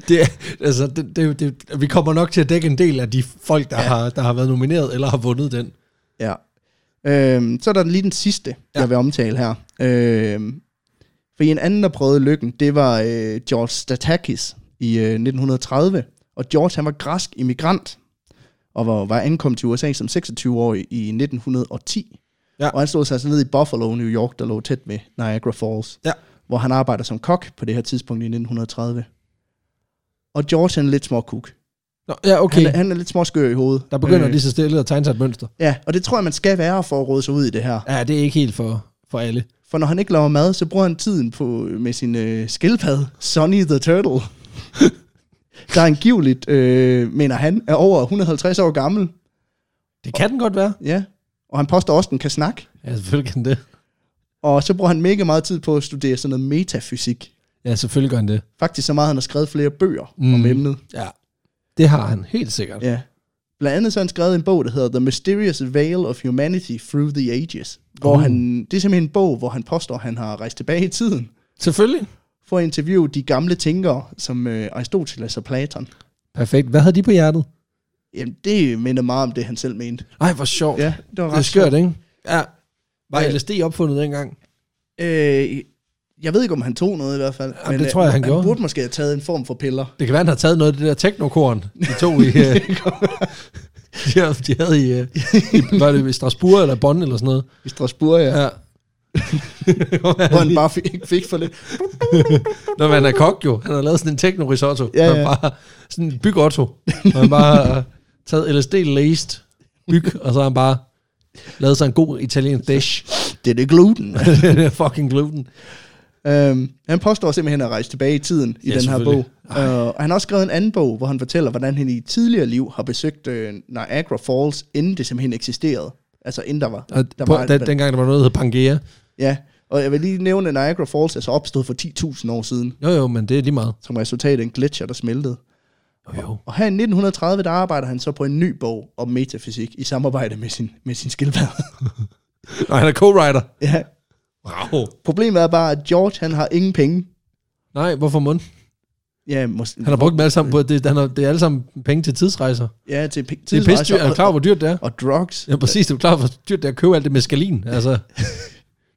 [SPEAKER 1] det, er- altså, det, det, det, vi kommer nok til at dække en del af de folk, der, ja. har, der har været nomineret eller har vundet den.
[SPEAKER 2] ja. Øhm, så er der lige den sidste, ja. jeg vil omtale her. Øhm, for en anden, der prøvede lykken, det var øh, George Statakis i øh, 1930. Og George, han var græsk immigrant, og var, var ankommet til USA som 26-årig i 1910.
[SPEAKER 1] Ja.
[SPEAKER 2] Ja. Og han slog sig altså ned i Buffalo, New York, der lå tæt ved Niagara Falls.
[SPEAKER 1] Ja.
[SPEAKER 2] Hvor han arbejder som kok på det her tidspunkt i 1930. Og George, han er lidt småkuk.
[SPEAKER 1] Nå, ja, okay.
[SPEAKER 2] Okay. Han, er, han er lidt småskør i hovedet.
[SPEAKER 1] der begynder øh. lige så stille at tegne sig et mønster.
[SPEAKER 2] Ja, og det tror jeg, man skal være for at råde sig ud i det her.
[SPEAKER 1] Ja, det er ikke helt for, for alle.
[SPEAKER 2] For når han ikke laver mad, så bruger han tiden på med sin øh, skildpadde, Sonny the Turtle. der er angiveligt, øh, mener han, er over 150 år gammel.
[SPEAKER 1] Det kan den godt være.
[SPEAKER 2] Ja, og han påstår også, at den kan snakke.
[SPEAKER 1] Ja, selvfølgelig kan den det.
[SPEAKER 2] Og så bruger han mega meget tid på at studere sådan noget metafysik.
[SPEAKER 1] Ja, selvfølgelig gør den det.
[SPEAKER 2] Faktisk så meget, at han har skrevet flere bøger mm.
[SPEAKER 1] Mm.
[SPEAKER 2] om emnet.
[SPEAKER 1] Ja. Det har han helt sikkert.
[SPEAKER 2] Ja. Blandt andet så har han skrevet en bog, der hedder The Mysterious Veil of Humanity Through the Ages. Hvor
[SPEAKER 1] Uh.
[SPEAKER 2] uh. han, det er simpelthen en bog, hvor han påstår, at han har rejst tilbage i tiden
[SPEAKER 1] Selvfølgelig.
[SPEAKER 2] for at interviewe de gamle tænkere, som øh, Aristoteles og Platon.
[SPEAKER 1] Perfekt. Hvad havde de på hjertet?
[SPEAKER 2] Jamen, det minder meget om det, han selv mente.
[SPEAKER 1] Ej, hvor sjovt.
[SPEAKER 2] Ja, det var
[SPEAKER 1] det er
[SPEAKER 2] ret
[SPEAKER 1] skørt, ikke? Ja. Var
[SPEAKER 2] Ja.
[SPEAKER 1] LSD opfundet dengang?
[SPEAKER 2] Øh, jeg ved ikke, om han tog noget i hvert fald.
[SPEAKER 1] Jamen, det tror jeg,
[SPEAKER 2] øh,
[SPEAKER 1] han gjorde.
[SPEAKER 2] Han burde måske have taget en form for piller.
[SPEAKER 1] Det kan være, han har taget noget af det der teknokorn, de to i... øh, de, havde- de havde i, øh, i, var det i Strasbourg eller Bonn eller sådan noget.
[SPEAKER 2] I Strasbourg, ja.
[SPEAKER 1] Ja.
[SPEAKER 2] Hvor han bare fik, fik for lidt.
[SPEAKER 1] Når man er kok jo, han har lavet sådan en tekno-risotto.
[SPEAKER 2] Ja,
[SPEAKER 1] Ja, ja.
[SPEAKER 2] ja.
[SPEAKER 1] Bare, sådan en byg-otto. Hvor han bare har taget LSD laced byg, og så har han bare lavet sig en god italiensk dish.
[SPEAKER 2] Det er det gluten.
[SPEAKER 1] Det er fucking gluten.
[SPEAKER 2] øhm, han påstår simpelthen at rejse tilbage i tiden i
[SPEAKER 1] Ja,
[SPEAKER 2] den her bog.
[SPEAKER 1] selvfølgelig.
[SPEAKER 2] Øh, og han har også skrevet en anden bog, hvor han fortæller, hvordan han i et tidligere liv har besøgt øh, Niagara Falls, inden det simpelthen eksisterede. Altså inden der var...
[SPEAKER 1] Og
[SPEAKER 2] der
[SPEAKER 1] på,
[SPEAKER 2] var
[SPEAKER 1] den, dengang der var noget, der hed Pangea.
[SPEAKER 2] ja, Og jeg vil lige nævne, at Niagara Falls er så opstået for 10.000 år siden,
[SPEAKER 1] Jo, jo, men det er lige meget.
[SPEAKER 2] som resultat af en gletsjer, der smeltede.
[SPEAKER 1] Jo, jo.
[SPEAKER 2] Og her i 1930, der arbejder han så på en ny bog om metafysik i samarbejde med sin, med sin skildpadde.
[SPEAKER 1] Og han er co-writer.
[SPEAKER 2] ja.
[SPEAKER 1] Wow.
[SPEAKER 2] Problemet er bare, at George, han har ingen penge.
[SPEAKER 1] Nej, hvorfor mund?
[SPEAKER 2] Ja, måske,
[SPEAKER 1] Han har brugt dem alle sammen på, at det, han har, det er alle sammen penge til tidsrejser.
[SPEAKER 2] ja til p-
[SPEAKER 1] Det er pisse dyrt. Er du klar over, hvor dyrt det er?
[SPEAKER 2] Og drugs.
[SPEAKER 1] Ja, præcis. Er du klar over, hvor dyrt det er at købe alt det med skalin? Altså,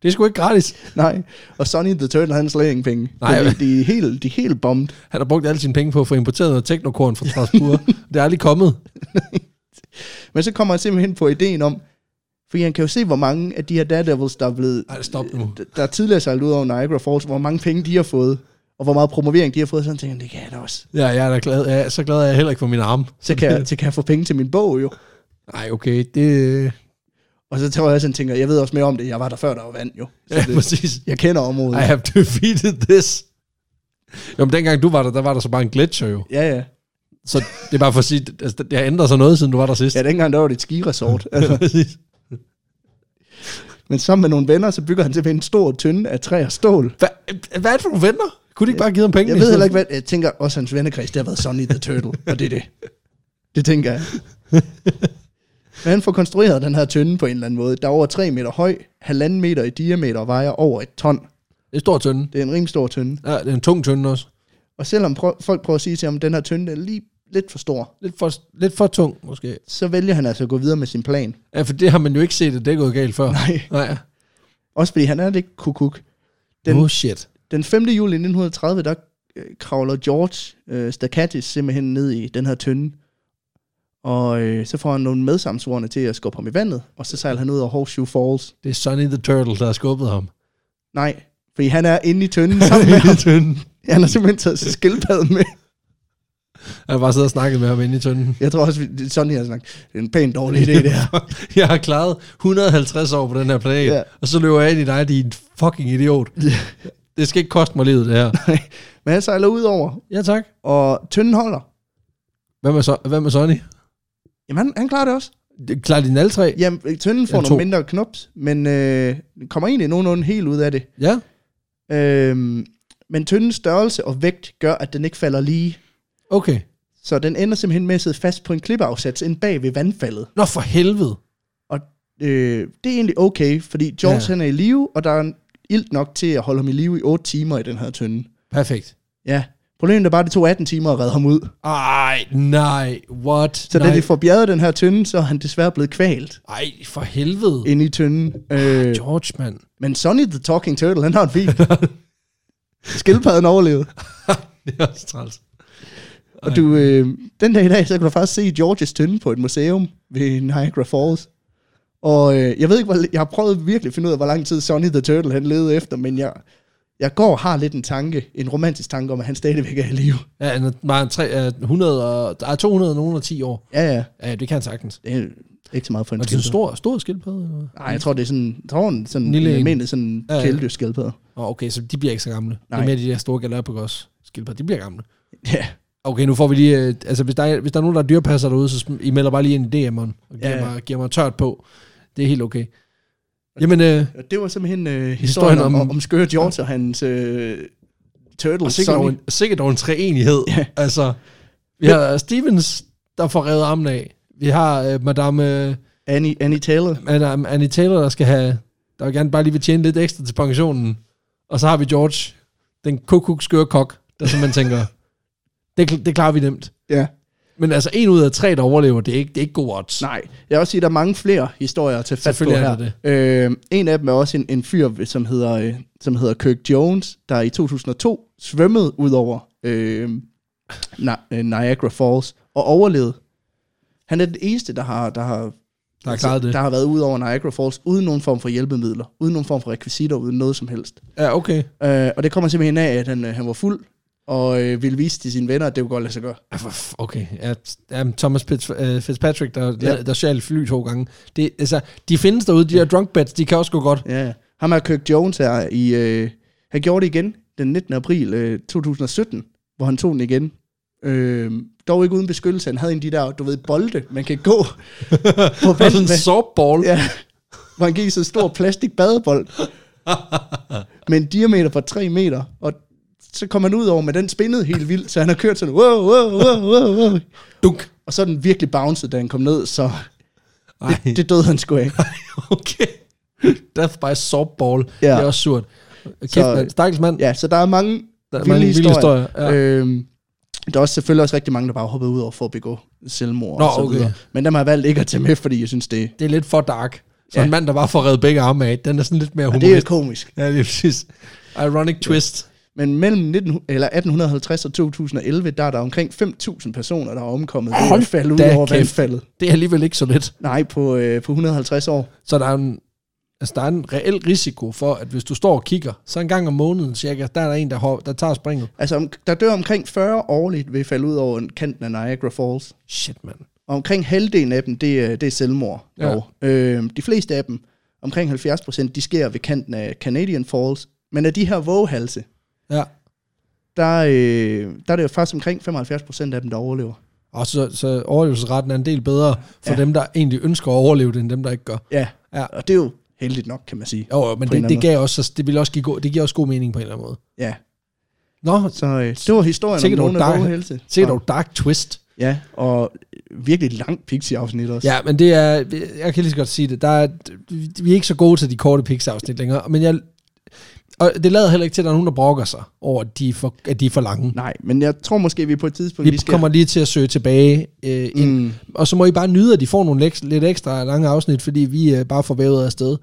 [SPEAKER 1] det er sgu ikke gratis.
[SPEAKER 2] Nej. Og Sonny the Turtle, han har slet ingen penge.
[SPEAKER 1] Nej,
[SPEAKER 2] Nej,
[SPEAKER 1] vel.
[SPEAKER 2] de, de, er helt, de er helt bombet.
[SPEAKER 1] Han har brugt alle sine penge på at få importeret noget teknokorn fra Strasbourg. det er aldrig kommet.
[SPEAKER 2] Men så kommer han simpelthen på ideen om, fordi han kan jo se, hvor mange af de her Daredevils, der er blevet...
[SPEAKER 1] Ej, stop nu.
[SPEAKER 2] der- Der er tidligere sejlet ud over Niagara Falls, hvor mange penge de har fået, og hvor meget promovering de har fået, så han tænker, det kan jeg da også.
[SPEAKER 1] Ja, jeg er da glad. Jeg er, så glad er jeg heller ikke for min arm.
[SPEAKER 2] Så kan, jeg, så kan jeg få penge til min bog jo.
[SPEAKER 1] Nej, okay. Det,
[SPEAKER 2] Og så tror jeg også, han tænker, jeg ved også mere om det, jeg var der før, der var vand jo. Så
[SPEAKER 1] ja,
[SPEAKER 2] det,
[SPEAKER 1] præcis.
[SPEAKER 2] jeg kender området.
[SPEAKER 1] I have defeated this. Jo, men dengang du var der, der var der så bare en gletsjer jo.
[SPEAKER 2] Ja, ja.
[SPEAKER 1] Så det er bare for at sige, altså, det har ændret sig noget, siden du var der sidst.
[SPEAKER 2] Ja, dengang der var det et skiresort. Altså.
[SPEAKER 1] præcis.
[SPEAKER 2] Men sammen med nogle venner, så bygger han simpelthen en stor tynde af træ og stål.
[SPEAKER 1] Hvad, hvad er det for nogle venner? Kunne de ikke bare give ham penge?
[SPEAKER 2] Jeg ved heller ikke, hvad... Jeg tænker også, hans vennekreds, det har været Sonny the Turtle, og det er det. Det tænker jeg. Men han får konstrueret den her tynde på en eller anden måde. Der er over 3 meter høj, halvanden meter i diameter og vejer over et ton.
[SPEAKER 1] Det er stor tynde.
[SPEAKER 2] Det er en rimelig stor tynde.
[SPEAKER 1] Ja, det er en tung tynde også.
[SPEAKER 2] Og selvom prø- folk prøver at sige til ham, at den her tynde er lige lidt for stor,
[SPEAKER 1] Lidt for, lidt for tung, måske.
[SPEAKER 2] så vælger han altså at gå videre med sin plan.
[SPEAKER 1] Ja, for det har man jo ikke set, at det er gået galt før.
[SPEAKER 2] Nej.
[SPEAKER 1] Nej.
[SPEAKER 2] Også fordi han er lidt kukuk.
[SPEAKER 1] Den,
[SPEAKER 2] Den-
[SPEAKER 1] oh shit.
[SPEAKER 2] Den 5. juli 1930, der øh, kravler George øh, Stakatis simpelthen ned i den her tønde. Og øh, så får han nogle medsamsvorene til at skubbe ham i vandet, og så sejler han ud over Horseshoe Falls.
[SPEAKER 1] Det er Sonny the Turtle, der har skubbet ham.
[SPEAKER 2] Nej, fordi han er inde i tønden sammen med ham.
[SPEAKER 1] tynden.
[SPEAKER 2] Han har simpelthen taget sin skildpadde med.
[SPEAKER 1] Jeg har bare siddet og snakket med ham inde i tynden.
[SPEAKER 2] Jeg tror også, vi- det er sådan, jeg har snakket. Det er en pænt dårlig idé, det her.
[SPEAKER 1] Jeg har klaret 150 år på den her planet,
[SPEAKER 2] Ja.
[SPEAKER 1] ja. og så løber jeg ind i dig, din fucking idiot. Det skal ikke koste mig livet, det her.
[SPEAKER 2] Men han sejler ud over,
[SPEAKER 1] Ja, tak.
[SPEAKER 2] og tønden holder.
[SPEAKER 1] Hvad med, så, hvad med Sonny?
[SPEAKER 2] Jamen, han, han klarer det også.
[SPEAKER 1] Det- Klarer din alle tre?
[SPEAKER 2] Jamen, tønden får
[SPEAKER 1] Ja, to.
[SPEAKER 2] nogle mindre knops, men øh, kommer egentlig nogenlunde helt ud af det.
[SPEAKER 1] Ja.
[SPEAKER 2] Øhm, men tyndens størrelse og vægt gør, at den ikke falder lige.
[SPEAKER 1] Okay.
[SPEAKER 2] Så den ender simpelthen med at sidde fast på en klippeafsats ind bag ved vandfaldet.
[SPEAKER 1] Nå, for helvede.
[SPEAKER 2] Og øh, det er egentlig okay, fordi George
[SPEAKER 1] Ja.
[SPEAKER 2] ja. han er i live, og der er en ilt nok til at holde ham i live i 8 timer i den her tynde.
[SPEAKER 1] Perfekt.
[SPEAKER 2] Ja, problemet er bare, at det tog 18 timer at redde ham ud.
[SPEAKER 1] Ej, nej, what?
[SPEAKER 2] Så
[SPEAKER 1] nej.
[SPEAKER 2] da de får bjerget den her tynde, så er han desværre blevet kvalt
[SPEAKER 1] Ej, for helvede.
[SPEAKER 2] inde i tynden. Øh,
[SPEAKER 1] Ah, George, mand.
[SPEAKER 2] men Sonny the Talking Turtle, han har det fint. Skildpadden overlevede.
[SPEAKER 1] det er også træls.
[SPEAKER 2] Og du, øh, den dag i dag, så kan du faktisk se Georges tynde på et museum ved Niagara Falls. Og øh, jeg ved ikke, hvor, jeg har prøvet virkelig at finde ud af, hvor lang tid Sonny the Turtle han levede efter, men jeg, jeg går og har lidt en tanke, en romantisk tanke om, at han stadigvæk er i live.
[SPEAKER 1] Ja, han er- var han tre, øh, 100 og, der er 200 og nogen og 10 år.
[SPEAKER 2] Ja, ja.
[SPEAKER 1] Ja, det kan han sagtens.
[SPEAKER 2] Det er ikke så meget for en
[SPEAKER 1] Og det er
[SPEAKER 2] skildpadde.
[SPEAKER 1] en stor, stor skildpadde. eller hvad?
[SPEAKER 2] Nej, jeg tror, det er sådan, jeg tror, en, sådan en
[SPEAKER 1] Lille en.
[SPEAKER 2] almindelig sådan
[SPEAKER 1] Ja, ja.
[SPEAKER 2] kæledyrsskildpadde.
[SPEAKER 1] Åh, okay, så de bliver ikke så gamle. Nej. Det
[SPEAKER 2] Nej.
[SPEAKER 1] er mere de der store galapagos skildpadder, de bliver gamle.
[SPEAKER 2] Ja,
[SPEAKER 1] Okay, nu får vi lige... øh, Altså, hvis der er, hvis der er nogen, der er dyrepasser derude, så sm- I melder bare lige ind i DM'en og giver,
[SPEAKER 2] Ja,
[SPEAKER 1] ja.
[SPEAKER 2] ja.
[SPEAKER 1] mig, giver mig tørt på. Det er helt okay. Jamen, øh,
[SPEAKER 2] og det var simpelthen øh, historien,
[SPEAKER 1] Historien
[SPEAKER 2] om,
[SPEAKER 1] om-
[SPEAKER 2] om, om skøre George og hans øh, turtle,
[SPEAKER 1] og sikkert,
[SPEAKER 2] Sonny.
[SPEAKER 1] dog en, sikkert dog en treenighed.
[SPEAKER 2] Ja.
[SPEAKER 1] Altså, vi har Stevens, der får revet armen af. Vi har øh, madame, øh,
[SPEAKER 2] Annie, Annie Taylor.
[SPEAKER 1] madame Annie Taylor, der skal have... Der vil gerne bare lige vil tjene lidt ekstra til pensionen. Og så har vi George, den kukuk skøre kok, der simpelthen tænker, det, kl- det klarer vi nemt.
[SPEAKER 2] Ja.
[SPEAKER 1] Men altså, en ud af tre, der overlever, det er ikke, det er ikke god odds.
[SPEAKER 2] Nej, jeg vil også sige, at der er mange flere historier at tage fat på
[SPEAKER 1] Selvfølgelig
[SPEAKER 2] her.
[SPEAKER 1] er der
[SPEAKER 2] Øh, en af dem er også en, en fyr, som hedder, øh, som hedder Kirk Jones, der i 2002 svømmede ud over øh, Ni- øh, Niagara Falls og overlevede. Han er den eneste, der har, der har,
[SPEAKER 1] Der har klaret det.
[SPEAKER 2] der har været ud over Niagara Falls uden nogen form for hjælpemidler, uden nogen form for rekvisitter, uden noget som helst.
[SPEAKER 1] Ja, okay.
[SPEAKER 2] Øh, og det kommer simpelthen af, at han, øh, han var fuld og øh, ville vise til sine venner, at det kunne godt lade sig gøre.
[SPEAKER 1] Ja, for f- Okay, ja, t- jamen, Thomas Fitz, øh, Fitzpatrick, der, der, der sjæl fly to gange. Det, altså, de findes derude, de der drunk beds, de kan også gå godt.
[SPEAKER 2] Ja, ja. ham er Kirk Jones her i, øh, han gjorde det igen den 19. april øh, 2017, hvor han tog den igen. Øh, dog ikke uden beskyttelse, han havde en af de der, du ved, bolde, man kan gå på
[SPEAKER 1] Sådan en
[SPEAKER 2] vandet med.
[SPEAKER 1] softball. Ja.
[SPEAKER 2] Ja, hvor han gik i sådan en stor plastik badebold. med en diameter på 3 meter, og så kom han ud over med den spændede helt vildt, så han har kørt sådan, wow, wow, wow, wow, wow.
[SPEAKER 1] Dunk.
[SPEAKER 2] Og så er den virkelig bounced, da han kom ned, så
[SPEAKER 1] Ej,
[SPEAKER 2] det, det døde han sgu af.
[SPEAKER 1] okay. Death by softball. Ja. Det er også surt. Kæft,
[SPEAKER 2] Så-
[SPEAKER 1] mand. Stakkels mand.
[SPEAKER 2] Ja, så der er mange
[SPEAKER 1] Der er
[SPEAKER 2] vilde,
[SPEAKER 1] mange vilde
[SPEAKER 2] historier. historier
[SPEAKER 1] historier, Øh,
[SPEAKER 2] ja. øhm, der er også selvfølgelig også rigtig mange, der bare hopper ud over for at begå selvmord
[SPEAKER 1] Nå,
[SPEAKER 2] og så
[SPEAKER 1] okay.
[SPEAKER 2] videre. Men dem har jeg valgt ikke at tage med, fordi jeg synes, det,
[SPEAKER 1] Det er lidt for dark. Så ja.
[SPEAKER 2] Ja.
[SPEAKER 1] en mand, der bare får reddet begge arme af, den er sådan lidt mere
[SPEAKER 2] ja, det er
[SPEAKER 1] humorist.
[SPEAKER 2] komisk.
[SPEAKER 1] Ja, det er præcis. Ironic twist.
[SPEAKER 2] Men mellem 19, eller 1850 og 2011, der er der omkring 5.000 personer, der er omkommet ved
[SPEAKER 1] Hold
[SPEAKER 2] at falde ud
[SPEAKER 1] da
[SPEAKER 2] over
[SPEAKER 1] kæft.
[SPEAKER 2] vandfaldet.
[SPEAKER 1] Det er alligevel ikke så lidt.
[SPEAKER 2] Nej, på, øh, på 150 år.
[SPEAKER 1] Så der er en, altså, der er en reel risiko for, at hvis du står og kigger, så en gang om måneden cirka, der er der en, der, hop, der tager springet.
[SPEAKER 2] Altså, om- der dør omkring 40 årligt ved at falde ud over en kanten af Niagara Falls.
[SPEAKER 1] Shit, mand.
[SPEAKER 2] Og omkring halvdelen af dem, det, er- det er selvmord.
[SPEAKER 1] Ja.
[SPEAKER 2] dog. Øhm, de fleste af dem, omkring 70 procent, de sker ved kanten af Canadian Falls. Men af de her våghalse,
[SPEAKER 1] Ja.
[SPEAKER 2] der, øh, der er det jo faktisk omkring 75 procent af dem, der overlever.
[SPEAKER 1] Og så, så overlevelsesretten er en del bedre for ja. dem, der egentlig ønsker at overleve det, end dem, der ikke gør.
[SPEAKER 2] Ja.
[SPEAKER 1] Ja.
[SPEAKER 2] ja, og det er jo heldigt nok, kan man sige.
[SPEAKER 1] Jo, jo men
[SPEAKER 2] På en
[SPEAKER 1] det, det,
[SPEAKER 2] eller
[SPEAKER 1] gav også, det, ville også give, go- det giver også god mening på en eller anden måde.
[SPEAKER 2] Ja,
[SPEAKER 1] Nå,
[SPEAKER 2] så øh, det var historien
[SPEAKER 1] Sikkert
[SPEAKER 2] om
[SPEAKER 1] nogle
[SPEAKER 2] nogle af
[SPEAKER 1] dark-
[SPEAKER 2] våghalse.
[SPEAKER 1] se dog dark twist.
[SPEAKER 2] Ja, og virkelig langt Pixie-afsnit også.
[SPEAKER 1] Ja, men det er, jeg kan lige så godt sige det, der er, vi er ikke så gode til de korte Pixar-afsnit længere, men jeg, og det lader heller ikke til, at der er nogen, der brokker sig over, at de er for, at de er for lange.
[SPEAKER 2] Nej, men jeg tror måske, vi på et tidspunkt
[SPEAKER 1] Vi
[SPEAKER 2] lige skal...
[SPEAKER 1] kommer lige til at søge tilbage øh, ind,
[SPEAKER 2] Mm,
[SPEAKER 1] og så må I bare nyde, at de får nogle leks- lidt ekstra lange afsnit, fordi vi øh, bare får vævet afsted.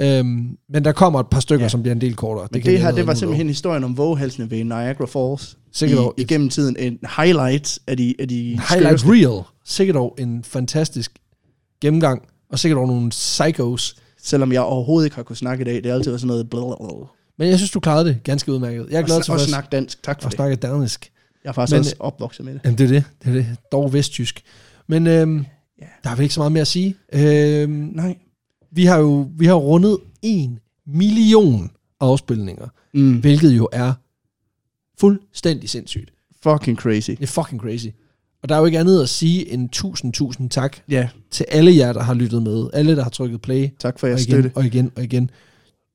[SPEAKER 1] Øhm, men der kommer et par stykker, ja.
[SPEAKER 2] Ja.
[SPEAKER 1] som bliver en del kortere.
[SPEAKER 2] men det,
[SPEAKER 1] kan vi
[SPEAKER 2] det her,
[SPEAKER 1] allerede
[SPEAKER 2] det var
[SPEAKER 1] nu love.
[SPEAKER 2] simpelthen historien om våghalsene ved Niagara Falls.
[SPEAKER 1] Sikkert over-
[SPEAKER 2] I, igennem tiden en highlight af de, af de
[SPEAKER 1] Highlight
[SPEAKER 2] skøreste-
[SPEAKER 1] Real. Sikkert dog en fantastisk gennemgang, og sikkert dog nogle psychos.
[SPEAKER 2] Selvom jeg overhovedet ikke har kunnet snakke i dag, det har altid været sådan noget blablabla.
[SPEAKER 1] Men jeg synes, du klarede det ganske udmærket. Jeg er
[SPEAKER 2] Og
[SPEAKER 1] glad
[SPEAKER 2] sn-
[SPEAKER 1] til
[SPEAKER 2] Og snakke dansk, tak for
[SPEAKER 1] og
[SPEAKER 2] det.
[SPEAKER 1] snakke dansk.
[SPEAKER 2] Jeg er faktisk
[SPEAKER 1] Men-
[SPEAKER 2] også opvokset med det.
[SPEAKER 1] Jamen, det er det. det, er det. Dog vesttysk. Men øhm,
[SPEAKER 2] Ja.
[SPEAKER 1] der er vel ikke så meget mere at sige. Øhm,
[SPEAKER 2] Nej.
[SPEAKER 1] vi har jo vi har rundet en million afspilninger,
[SPEAKER 2] Mm,
[SPEAKER 1] hvilket jo er fuldstændig sindssygt.
[SPEAKER 2] fucking crazy.
[SPEAKER 1] Det er fucking crazy. Og der er jo ikke andet at sige end tusind, tusind tak
[SPEAKER 2] Ja,
[SPEAKER 1] til alle jer, der har lyttet med. Alle, der har trykket play.
[SPEAKER 2] tak for
[SPEAKER 1] og
[SPEAKER 2] jeres støtte.
[SPEAKER 1] igen, og igen, og igen.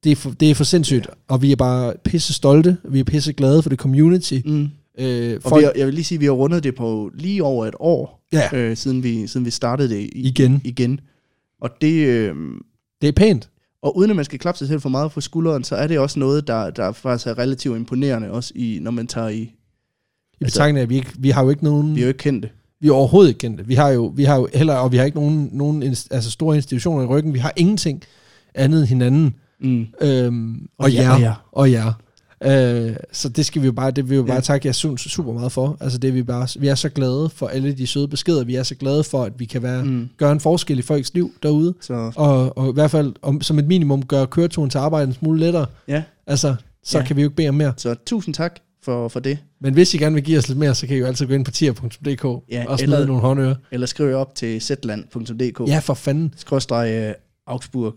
[SPEAKER 1] Det er for, det er for sindssygt, og vi er bare pisse stolte. Vi er pisse glade for det community.
[SPEAKER 2] Mm.
[SPEAKER 1] Øh,
[SPEAKER 2] Og
[SPEAKER 1] folk,
[SPEAKER 2] vi har, jeg vil lige sige, at vi har rundet det på lige over et år,
[SPEAKER 1] ja,
[SPEAKER 2] øh, siden, vi, siden vi startede det i,
[SPEAKER 1] igen.
[SPEAKER 2] igen. Og det, øh,
[SPEAKER 1] Det er pænt.
[SPEAKER 2] Og uden at man skal klappe sig selv for meget på skulderen, så er det også noget, der, der faktisk er relativt imponerende, også i, når man tager i...
[SPEAKER 1] I
[SPEAKER 2] Altså-
[SPEAKER 1] betragtning af, at vi, ikke, vi har jo ikke nogen...
[SPEAKER 2] Vi er jo ikke kendte.
[SPEAKER 1] Vi er overhovedet ikke kendte. Vi har jo, vi har jo heller, og vi har ikke nogen, nogen inst- altså store institutioner i ryggen. Vi har ingenting andet end hinanden.
[SPEAKER 2] Mm.
[SPEAKER 1] Øhm, og,
[SPEAKER 2] Og jer,
[SPEAKER 1] jer.
[SPEAKER 2] og jer.
[SPEAKER 1] Og jer. Øh, så det skal vi jo bare, det vil vi jo bare
[SPEAKER 2] Ja.
[SPEAKER 1] takke jer su- super meget for. Altså det er vi bare, vi er så glade for alle de søde beskeder. Vi er så glade for, at vi kan være, mm.
[SPEAKER 2] Mm.
[SPEAKER 1] gøre en forskel i folks liv derude.
[SPEAKER 2] Så
[SPEAKER 1] Og, og i hvert fald om, som et minimum gøre køreturen til arbejde en smule lettere.
[SPEAKER 2] ja,
[SPEAKER 1] Altså, så
[SPEAKER 2] Ja.
[SPEAKER 1] kan vi jo ikke bede om mere.
[SPEAKER 2] så tusind tak for, for det.
[SPEAKER 1] Men hvis I gerne vil give os lidt mere, så kan I jo altid gå ind på tier.dk
[SPEAKER 2] Ja,
[SPEAKER 1] og smide
[SPEAKER 2] eller-
[SPEAKER 1] nogle håndører.
[SPEAKER 2] Eller skriv op til zetland.dk.
[SPEAKER 1] Ja, for fanden.
[SPEAKER 2] Skråstreg øh, Augsburg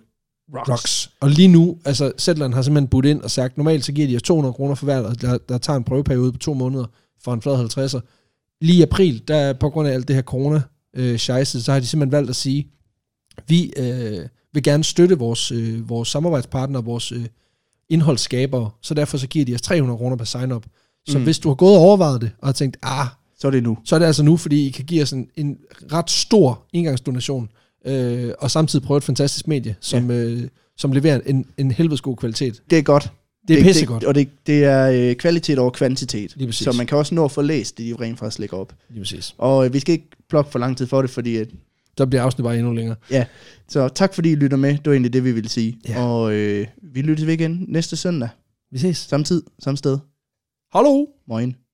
[SPEAKER 2] Rocks.
[SPEAKER 1] Rocks. Og lige nu, altså Zetland har simpelthen budt ind og sagt, normalt så giver de os 200 kroner for hver, der, der tager en prøveperiode på to måneder for en flad 50'er. Lige i april, der på grund af alt det her corona øh, scheisse, så har de simpelthen valgt at sige, vi øh, vil gerne støtte vores, øh, vores samarbejdspartnere, vores øh, indholdsskabere, så derfor så giver de os 300 kroner per sign-up. Så mm.
[SPEAKER 2] Mm.
[SPEAKER 1] hvis du har gået og overvejet det, og har tænkt, ah,
[SPEAKER 2] Så er det nu.
[SPEAKER 1] så er det altså nu, fordi I kan give os en, en ret stor engangsdonation, øh, og samtidig prøve et fantastisk medie, som, ja. øh, som leverer en, en helvedes god kvalitet.
[SPEAKER 2] Det er godt.
[SPEAKER 1] Det er pissegodt.
[SPEAKER 2] Det, og det, det er øh, kvalitet over kvantitet.
[SPEAKER 1] Lige præcis.
[SPEAKER 2] Så man kan også nå at få læst det, de rent faktisk lægger op.
[SPEAKER 1] Lige præcis.
[SPEAKER 2] Og øh, vi skal ikke plukke for lang tid for det, fordi at
[SPEAKER 1] Så bliver afsnittet bare endnu længere.
[SPEAKER 2] Ja, så tak fordi I lytter med. Det var egentlig det, vi ville sige.
[SPEAKER 1] Ja.
[SPEAKER 2] Ja. Og øh, vi lyttes ved igen næste søndag.
[SPEAKER 1] Vi ses.
[SPEAKER 2] Samme tid, samme sted.
[SPEAKER 1] Hallo!
[SPEAKER 2] Moin.